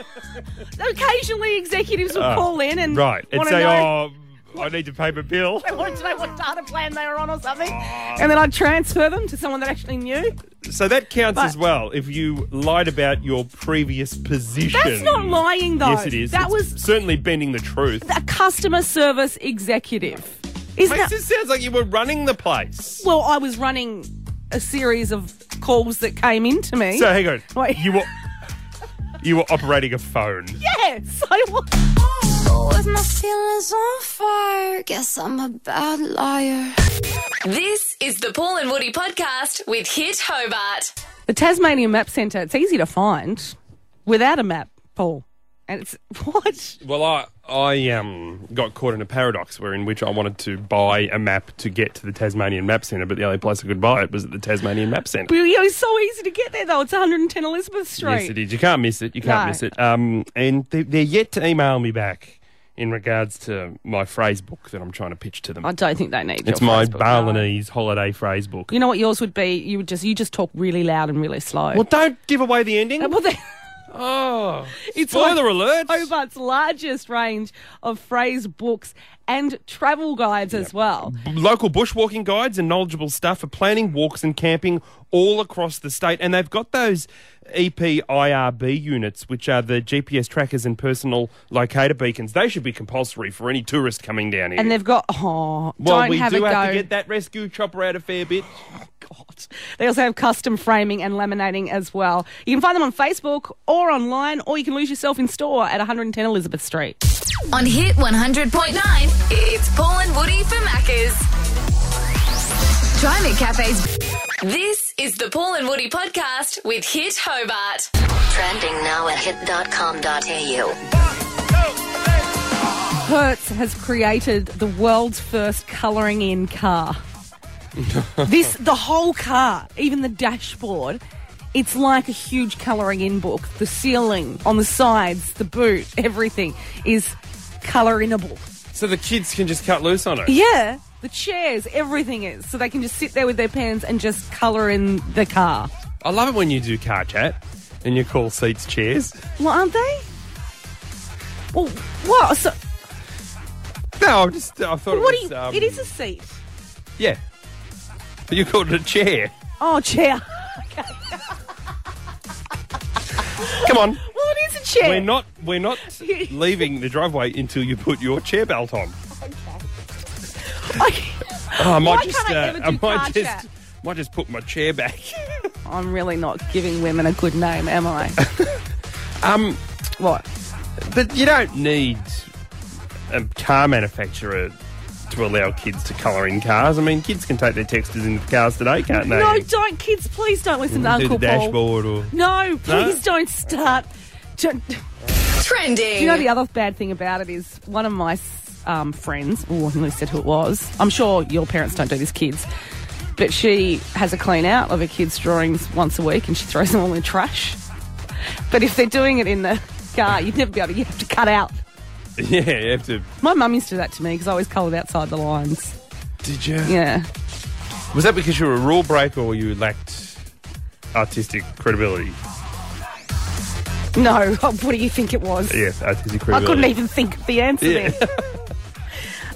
Speaker 4: occasionally executives would
Speaker 5: Ah,
Speaker 4: call in and
Speaker 5: right and
Speaker 4: want
Speaker 5: say,
Speaker 4: to know.
Speaker 5: "Oh, I need to pay my bill."
Speaker 4: They wanted to know what data plan they were on or something. And then I'd transfer them to someone that actually knew.
Speaker 5: So that counts
Speaker 4: But-
Speaker 5: as well if you lied about your previous position.
Speaker 4: That's not lying, though.
Speaker 5: Yes, it is.
Speaker 4: That
Speaker 5: It's
Speaker 4: was-
Speaker 5: certainly bending the truth.
Speaker 4: A customer service executive. Isn't
Speaker 5: Mate,
Speaker 4: that-
Speaker 5: this sounds like you were running the place.
Speaker 4: Well, I was running a series of calls that came into me.
Speaker 5: So hang on,
Speaker 4: Wait.
Speaker 5: you were you were operating a phone.
Speaker 4: Yes, I was.
Speaker 6: Go with Oh, my feelings on fire. Guess I'm a bad liar.
Speaker 3: This is the Paul and Woody podcast with Hit Hobart.
Speaker 4: The Tasmanian Map Centre, it's easy to find without a map, Paul. And it's what?
Speaker 5: Well, I I um got caught in a paradox where in which I wanted to buy a map to get to the Tasmanian Map Centre, but the only place I could buy it was at the Tasmanian Map Centre.
Speaker 4: Well, yeah, It's so easy to get there, though. It's 110 Elizabeth Street.
Speaker 5: Yes, it is. You can't miss it. You can't
Speaker 4: No.
Speaker 5: miss it. Um, and they, they're yet to email me back in regards to my phrase book that I'm trying to pitch to them.
Speaker 4: I don't think they need
Speaker 5: It's
Speaker 4: your
Speaker 5: my
Speaker 4: Facebook, no.
Speaker 5: Balinese holiday phrase book.
Speaker 4: You know what yours would be? You would just you just talk really loud and really slow.
Speaker 5: Well, don't give away the ending.
Speaker 4: Well, they-
Speaker 5: Oh,
Speaker 4: it's
Speaker 5: spoiler
Speaker 4: like
Speaker 5: alert!
Speaker 4: Hobart's largest range of phrase books and travel guides as well.
Speaker 5: Local bushwalking guides and knowledgeable staff are planning walks and camping all across the state, and they've got those E EPIRB units, which are the GPS trackers and personal locator beacons. They should be compulsory for any tourist coming down here.
Speaker 4: And they've got oh,
Speaker 5: well,
Speaker 4: don't
Speaker 5: we
Speaker 4: have
Speaker 5: do
Speaker 4: a go.
Speaker 5: have to get that rescue chopper out a fair bit.
Speaker 4: They also have custom framing and laminating as well. You can find them on Facebook or online, or you can lose yourself in store at 110 Elizabeth Street.
Speaker 3: On Hit 100.9, it's Paul and Woody for Maccas. Try Cafes. This is the Paul and Woody podcast with Hit Hobart.
Speaker 1: Trending now at hit.com.au.
Speaker 4: Hertz has created the world's first colouring in car. this the whole car, even the dashboard, it's like a huge colouring in book. The ceiling, on the sides, the boot, everything is colour inable.
Speaker 5: So the kids can just cut loose on it.
Speaker 4: Yeah. The chairs, everything is. So they can just sit there with their pens and just colour in the car.
Speaker 5: I love it when you do car chat and you call seats chairs.
Speaker 4: Well, aren't they? Well, what? So,
Speaker 5: No, I just I thought
Speaker 4: what
Speaker 5: it
Speaker 4: do
Speaker 5: was.
Speaker 4: you?
Speaker 5: um,
Speaker 4: it is a seat.
Speaker 5: yeah, but you called it a chair.
Speaker 4: Oh, chair.
Speaker 5: Come on,
Speaker 4: Well, it is a chair.
Speaker 5: we're not we're not leaving the driveway until you put your chair belt on. Oh, I might
Speaker 4: Why
Speaker 5: just
Speaker 4: can't I
Speaker 5: uh,
Speaker 4: ever do
Speaker 5: I might
Speaker 4: car
Speaker 5: just
Speaker 4: chat?
Speaker 5: might just put my chair back.
Speaker 4: I'm really not giving women a good name, am I?
Speaker 5: Um,
Speaker 4: what?
Speaker 5: But you don't need a car manufacturer to allow kids to colour in cars. I mean, kids can take their textures into the cars today, can't they?
Speaker 4: No, don't, kids. Please don't listen to
Speaker 5: Mm, do
Speaker 4: Uncle
Speaker 5: the
Speaker 4: Paul.
Speaker 5: dashboard or
Speaker 4: No, please don't start. Don't-
Speaker 3: Trending.
Speaker 4: Do you know the other bad thing about it is one of my um, friends. Oh, I nearly said who it was. I'm sure your parents don't do this, kids. But she has a clean out of her kids' drawings once a week, and she throws them all in the trash. But if they're doing it in the car, you'd never be able to. You have to cut out.
Speaker 5: yeah, you have to.
Speaker 4: My mum used to do that to me because I always coloured outside the lines.
Speaker 5: Did you?
Speaker 4: Yeah.
Speaker 5: Was that because you were a rule breaker or you lacked artistic credibility?
Speaker 4: No, what do you think it was?
Speaker 5: Yes,
Speaker 4: I
Speaker 5: artistic credibility.
Speaker 4: couldn't even think of the answer
Speaker 5: Yeah.
Speaker 4: there.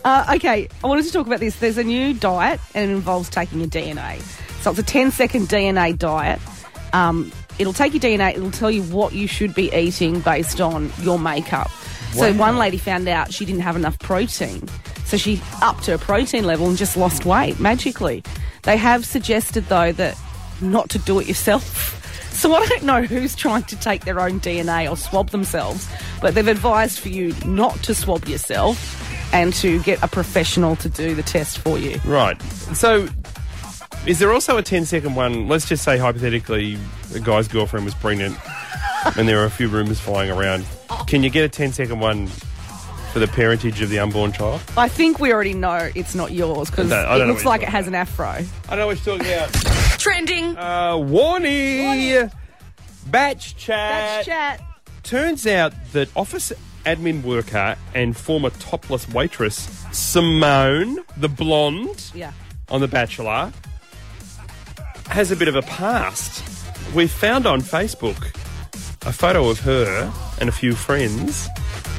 Speaker 4: Uh, okay, I wanted to talk about this. There's a new diet and it involves taking your DNA. So it's a 10 second DNA diet. Um, it'll take your DNA, it'll tell you what you should be eating based on your makeup. So
Speaker 13: Wow.
Speaker 4: one lady found out she didn't have enough protein. So she upped her protein level and just lost weight magically. They have suggested, though, that not to do it yourself. So I don't know who's trying to take their own DNA or swab themselves, but they've advised for you not to swab yourself and to get a professional to do the test for you.
Speaker 5: Right. So, is there also a 10 second one? Let's just say, hypothetically, a guy's girlfriend was pregnant and there are a few rumours flying around. Can you get a 10 second one for the parentage of the unborn child?
Speaker 4: I think we already know it's not yours because
Speaker 5: No, I don't
Speaker 4: it
Speaker 5: know
Speaker 4: looks
Speaker 5: what
Speaker 4: like it has an afro.
Speaker 5: I know what you're talking about.
Speaker 12: Trending.
Speaker 5: Uh, warning. Batch
Speaker 4: Batch
Speaker 5: chat.
Speaker 4: chat.
Speaker 5: Turns out that office admin worker and former topless waitress Simone, the blonde
Speaker 4: Yeah.
Speaker 5: on The Bachelor, has a bit of a past. We found on Facebook a photo of her and a few friends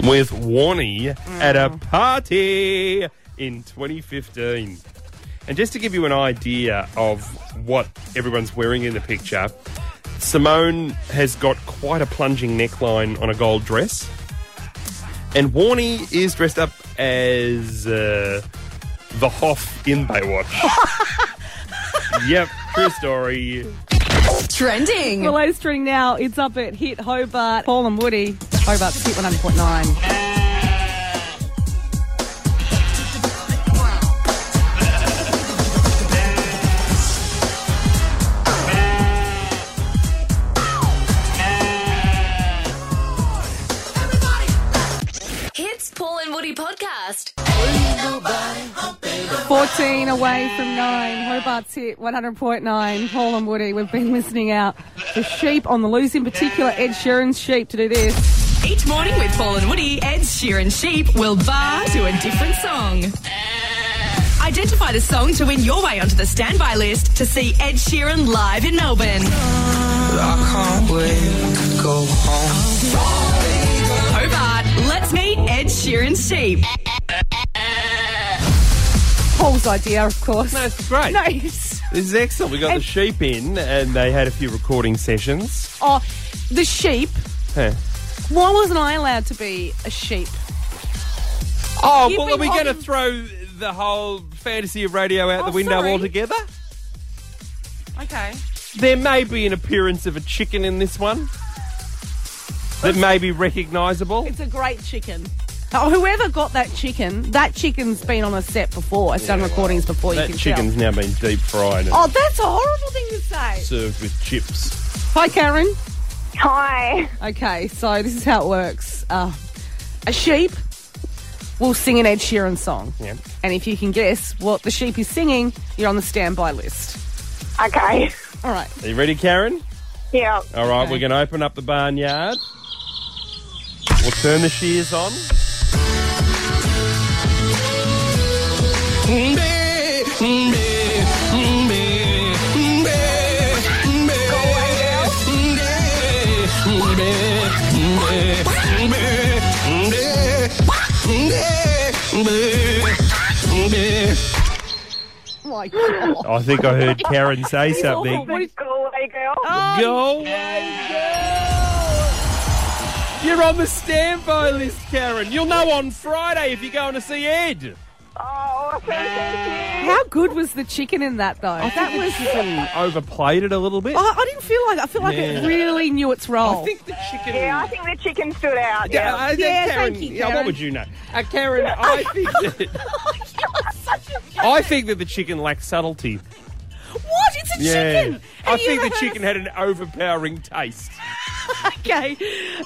Speaker 5: with Warnie at a party in 2015. And just to give you an idea of what everyone's wearing in the picture, Simone has got quite a plunging neckline on a gold dress. And Warnie is dressed up as uh, the Hoff in Baywatch. yep, true story.
Speaker 12: Trending.
Speaker 4: Well, it's trending now. It's up at Hit Hobart. Paul and Woody. Hobart's Hit 100.9.
Speaker 3: Hits Paul and Woody podcast.
Speaker 4: 14 away from 9. Hobart's Hit 100.9. Paul and Woody. We've been listening out for sheep on the loose, in particular Ed Sheeran's sheep, to do this.
Speaker 12: Each morning with Paul and Woody, Ed Sheeran Sheep will bar to a different song. Identify the song to win your way onto the standby list to see Ed Sheeran live in Melbourne.
Speaker 7: I can't wait to go home.
Speaker 12: Hobart, let's meet Ed Sheeran Sheep.
Speaker 4: Paul's idea, of course.
Speaker 5: That's great.
Speaker 4: Nice.
Speaker 5: This is excellent. We got the sheep in, and they had a few recording sessions.
Speaker 4: Oh, the sheep.
Speaker 5: Huh.
Speaker 4: Why wasn't I allowed to be a sheep?
Speaker 5: Oh,
Speaker 4: You've
Speaker 5: well, are
Speaker 4: been
Speaker 5: we going to
Speaker 4: holding-
Speaker 5: throw the whole fantasy of radio out
Speaker 4: Oh,
Speaker 5: the window
Speaker 4: sorry.
Speaker 5: altogether?
Speaker 4: Okay.
Speaker 5: There may be an appearance of a chicken in this one that may be recognisable.
Speaker 4: It's a great chicken. Oh, whoever got that chicken, that chicken's been on a set before. It's done recordings before. you
Speaker 5: That
Speaker 4: can
Speaker 5: chicken's
Speaker 4: tell.
Speaker 5: now been deep fried and
Speaker 4: Oh, that's a horrible thing to say.
Speaker 5: served with chips.
Speaker 4: Hi, Karen.
Speaker 9: Hi.
Speaker 4: Okay, so this is how it works. Uh, a sheep will sing an Ed Sheeran song.
Speaker 5: Yeah.
Speaker 4: And if you can guess what the sheep is singing, you're on the standby list.
Speaker 9: Okay.
Speaker 4: All right.
Speaker 5: Are you ready, Karen?
Speaker 9: Yeah.
Speaker 5: All right, we're going to open up the barnyard. We'll turn the shears on.
Speaker 4: My God.
Speaker 5: I think I heard Karen say
Speaker 4: Oh,
Speaker 5: something.
Speaker 4: what is-
Speaker 9: Go away, girl.
Speaker 5: Go away, girl! You're on the standby list, Karen. You'll know on Friday if you're going to see Ed.
Speaker 9: Oh, awesome. Thank you.
Speaker 4: How good was the chicken in that though? that was. Oh.
Speaker 5: Overplayed it a little bit.
Speaker 4: I, I didn't feel like. I feel like it
Speaker 5: Yeah.
Speaker 4: really knew its role.
Speaker 5: I think the chicken.
Speaker 9: Yeah, I think the chicken stood out.
Speaker 5: Yeah,
Speaker 9: Yeah.
Speaker 5: I think
Speaker 4: Yeah,
Speaker 5: Karen,
Speaker 4: thank you,
Speaker 5: Yeah,
Speaker 4: Karen.
Speaker 5: what would you know? Uh, Karen, I think that, I think that the chicken lacks subtlety.
Speaker 4: what? It's a chicken.
Speaker 5: I
Speaker 4: And you
Speaker 5: think the
Speaker 4: rehearse-
Speaker 5: chicken had an overpowering taste.
Speaker 4: Okay,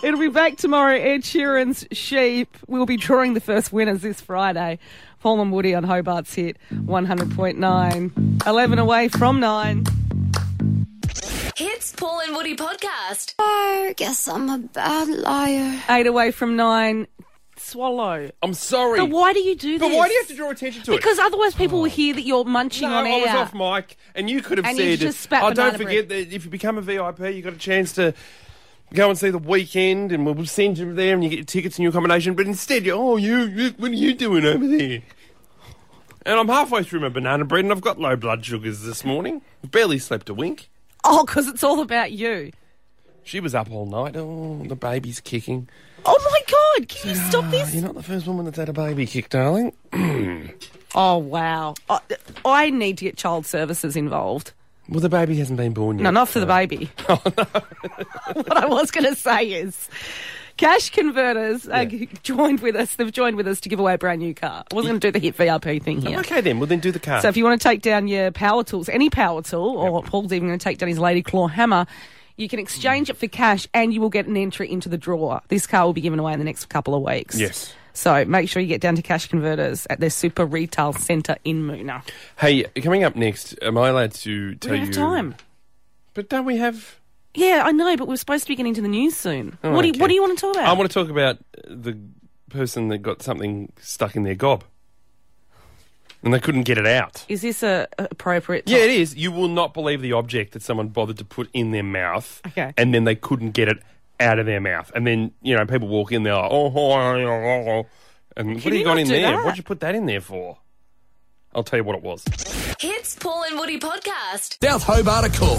Speaker 4: it'll be back tomorrow. Ed Sheeran's Sheep. We'll be drawing the first winners this Friday. Paul and Woody on Hobart's hit 100.9. 11 away from 9.
Speaker 3: Hits Paul and Woody podcast.
Speaker 6: I guess I'm a bad liar.
Speaker 4: 8 away from 9. Swallow.
Speaker 5: I'm sorry.
Speaker 4: But why do you do
Speaker 5: But
Speaker 4: this?
Speaker 5: why do you have to draw attention to
Speaker 4: Because
Speaker 5: it?
Speaker 4: otherwise people will hear that you're munching
Speaker 5: no,
Speaker 4: on
Speaker 5: I
Speaker 4: air.
Speaker 5: was off mic, and you could have
Speaker 4: And you
Speaker 5: said,
Speaker 4: just spat
Speaker 5: "Oh, don't
Speaker 4: banana
Speaker 5: forget that if you become a VIP, you got a chance to." Go and see the weekend, and we'll send you there, and you get your tickets and your accommodation. But instead, you oh, you, you, what are you doing over there? And I'm halfway through my banana bread, and I've got low blood sugars this morning. Barely slept a wink.
Speaker 4: Oh, because it's all about you.
Speaker 5: She was up all night. Oh, the baby's kicking.
Speaker 4: Oh my God, can you stop this?
Speaker 5: You're not the first woman that's had a baby kick, darling.
Speaker 4: Oh, wow. I, I need to get child services involved.
Speaker 5: Well, the baby hasn't been born yet.
Speaker 4: No, not for the
Speaker 5: Uh,
Speaker 4: baby.
Speaker 5: oh,
Speaker 4: what I was going to say is cash converters are g- joined with us. They've joined with us to give away a brand new car. I wasn't going to do the hit VIP thing here.
Speaker 5: Okay, then. Well, then do the car.
Speaker 4: So if you want to take down your power tools, any power tool, or Paul's even going to take down his lady claw hammer, You can exchange it for cash and you will get an entry into the draw. This car will be given away in the next couple of weeks.
Speaker 5: Yes.
Speaker 4: So make sure you get down to Cash Converters at their super retail centre in Moona.
Speaker 5: Hey, coming up next, am I allowed to
Speaker 4: We
Speaker 5: tell
Speaker 4: don't have
Speaker 5: you?
Speaker 4: time.
Speaker 5: But don't we have.
Speaker 4: Yeah, I know, but we're supposed to be getting to the news soon.
Speaker 5: Oh,
Speaker 4: what, do you,
Speaker 5: okay.
Speaker 4: what do you want to talk about?
Speaker 5: I want to talk about the person that got something stuck in their gob, and they couldn't get it out.
Speaker 4: Is this a a appropriate?
Speaker 5: Yeah, it is. You will not believe the object that someone bothered to put in their mouth,
Speaker 4: Okay.
Speaker 5: and then they couldn't get it out of their mouth, and then you know people walk in, they're like, oh, oh, oh, oh, oh." and what
Speaker 4: Can
Speaker 5: have
Speaker 4: you
Speaker 5: you got
Speaker 4: not
Speaker 5: in
Speaker 4: do
Speaker 5: there?
Speaker 4: that?
Speaker 5: What'd you put that in there for? I'll tell you what it was.
Speaker 3: Hits Paul and Woody podcast.
Speaker 5: South Hobart a call.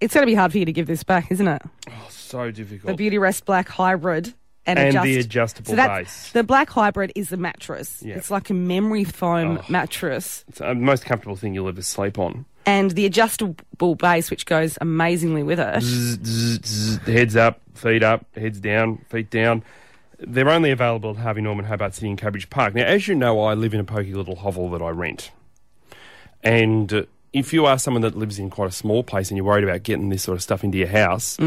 Speaker 4: It's going to be hard for you to give this back, isn't it?
Speaker 5: So difficult.
Speaker 4: The Beauty Rest Black Hybrid and,
Speaker 5: Oh. And
Speaker 4: adjust-
Speaker 5: the adjustable
Speaker 4: so that-
Speaker 5: base.
Speaker 4: The Black Hybrid is the mattress.
Speaker 5: Yeah. Oh.
Speaker 4: It's like a memory foam mattress,
Speaker 5: It's uh, the most comfortable thing you'll ever sleep on.
Speaker 4: and the adjustable base, which goes amazingly with it.
Speaker 5: Zzz, zzz, zzz, heads up, feet up, heads down, feet down. They're only available at Harvey Norman, Hobart City, and Cambridge Park. Now, as you know, I live in a poky little hovel that I rent. And uh, if you are someone that lives in quite a small place and you're worried about getting this sort of stuff into your house,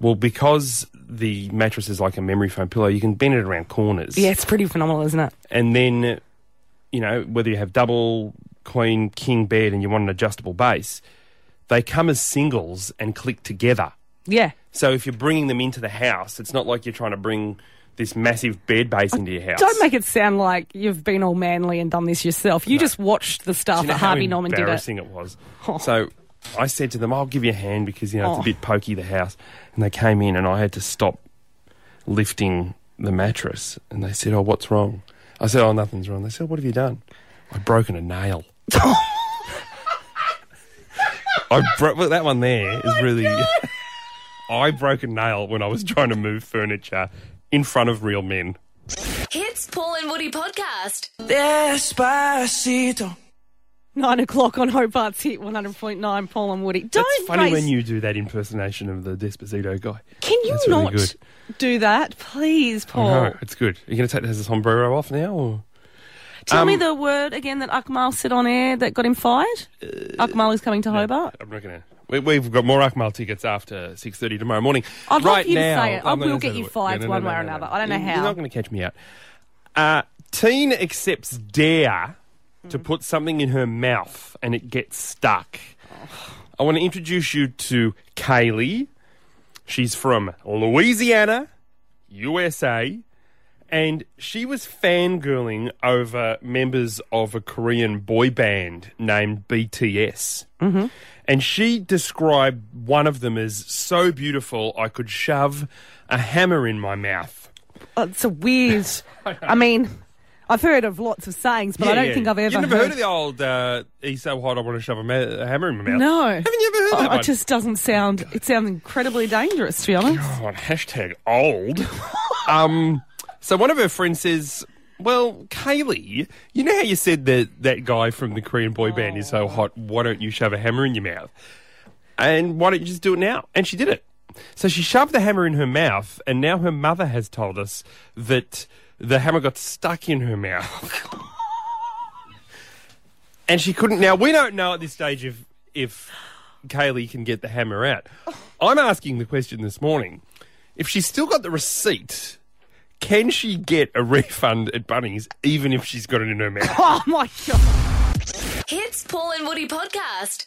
Speaker 5: well, because the mattress is like a memory foam pillow, you can bend it around corners.
Speaker 4: Yeah, it's pretty phenomenal, isn't it?
Speaker 5: And then, you know, whether you have double, queen, king bed and you want an adjustable base, they come as singles and click together.
Speaker 4: Yeah.
Speaker 5: So if you're bringing them into the house, it's not like you're trying to bring this massive bed base into your house.
Speaker 4: Don't make it sound like you've been all manly and done this yourself. You just watched the
Speaker 5: Do
Speaker 4: stuff
Speaker 5: you know
Speaker 4: that
Speaker 5: how
Speaker 4: Harvey Norman did it.
Speaker 5: Embarrassing it was. So I said to them, "I'll give you a hand because you know it's
Speaker 4: Oh.
Speaker 5: a bit pokey the house." And they came in, and I had to stop lifting the mattress. And they said, "Oh, what's wrong?" I said, "Oh, nothing's wrong." They said, "What have you done?" I've broken a nail. I broke well, that one there is
Speaker 4: Oh
Speaker 5: really. I broke a nail when I was trying to move furniture in front of real men.
Speaker 3: Hits Paul and Woody podcast.
Speaker 4: Despacito. Nine o'clock on Hobart's hit 100.9, Paul and Woody. Don't
Speaker 5: It's funny
Speaker 4: raise-
Speaker 5: when you do that impersonation of the Despacito guy.
Speaker 4: Can you
Speaker 5: That's really
Speaker 4: not Oh.
Speaker 5: good.
Speaker 4: do that, please, Paul?
Speaker 5: I know, it's good. Are you going to take the sombrero off now? Or?
Speaker 4: Tell
Speaker 5: Um,
Speaker 4: me the word again that Akmal said on air that got him fired.
Speaker 5: Uh,
Speaker 4: Akmal is coming to Hobart.
Speaker 5: I'm not going to. We, we've got more Akmal tickets after 6.30 tomorrow morning.
Speaker 4: I'd
Speaker 5: right
Speaker 4: like you
Speaker 5: now,
Speaker 4: to say it. I
Speaker 5: I'm
Speaker 4: will
Speaker 5: not gonna
Speaker 4: get
Speaker 5: say
Speaker 4: you
Speaker 5: the word.
Speaker 4: fired
Speaker 5: No, no,
Speaker 4: one
Speaker 5: no,
Speaker 4: way
Speaker 5: no,
Speaker 4: or
Speaker 5: no,
Speaker 4: another.
Speaker 5: no.
Speaker 4: I don't know
Speaker 5: You're
Speaker 4: how.
Speaker 5: not going to catch me out. Uh, teen accepts dare to
Speaker 4: Mm.
Speaker 5: put something in her mouth and it gets stuck. I want to introduce you to Kaylee. She's from Louisiana, USA, and she was fangirling over members of a Korean boy band named BTS.
Speaker 2: Mm-hmm.
Speaker 5: And she described one of them as so beautiful I could shove a hammer in my mouth.
Speaker 4: Oh, it's a weird. I mean, I've heard of lots of sayings, but I don't think I've ever.
Speaker 5: You've never heard, of the old uh, "He's so hot I want to shove a, ma- a hammer in my mouth."
Speaker 4: No. Haven't
Speaker 5: you ever heard that one?
Speaker 4: It just doesn't sound. It sounds incredibly dangerous, to be honest.
Speaker 5: God, hashtag old. um, so one of her friends says, "Well, Kaylee, you know how you said that that guy from the Korean boy band is so hot. Why don't you shove a hammer in your mouth? And why don't you just do it now?" And she did it. So she shoved the hammer in her mouth, and now her mother has told us that the hammer got stuck in her mouth. and she couldn't. Now we don't know at this stage if if Kaylee can get the hammer out. I'm asking the question this morning: if she's still got the receipt, can she get a refund at Bunnings even if she's got it in her mouth?
Speaker 4: Oh my god!
Speaker 3: Hits Paul and Woody podcast.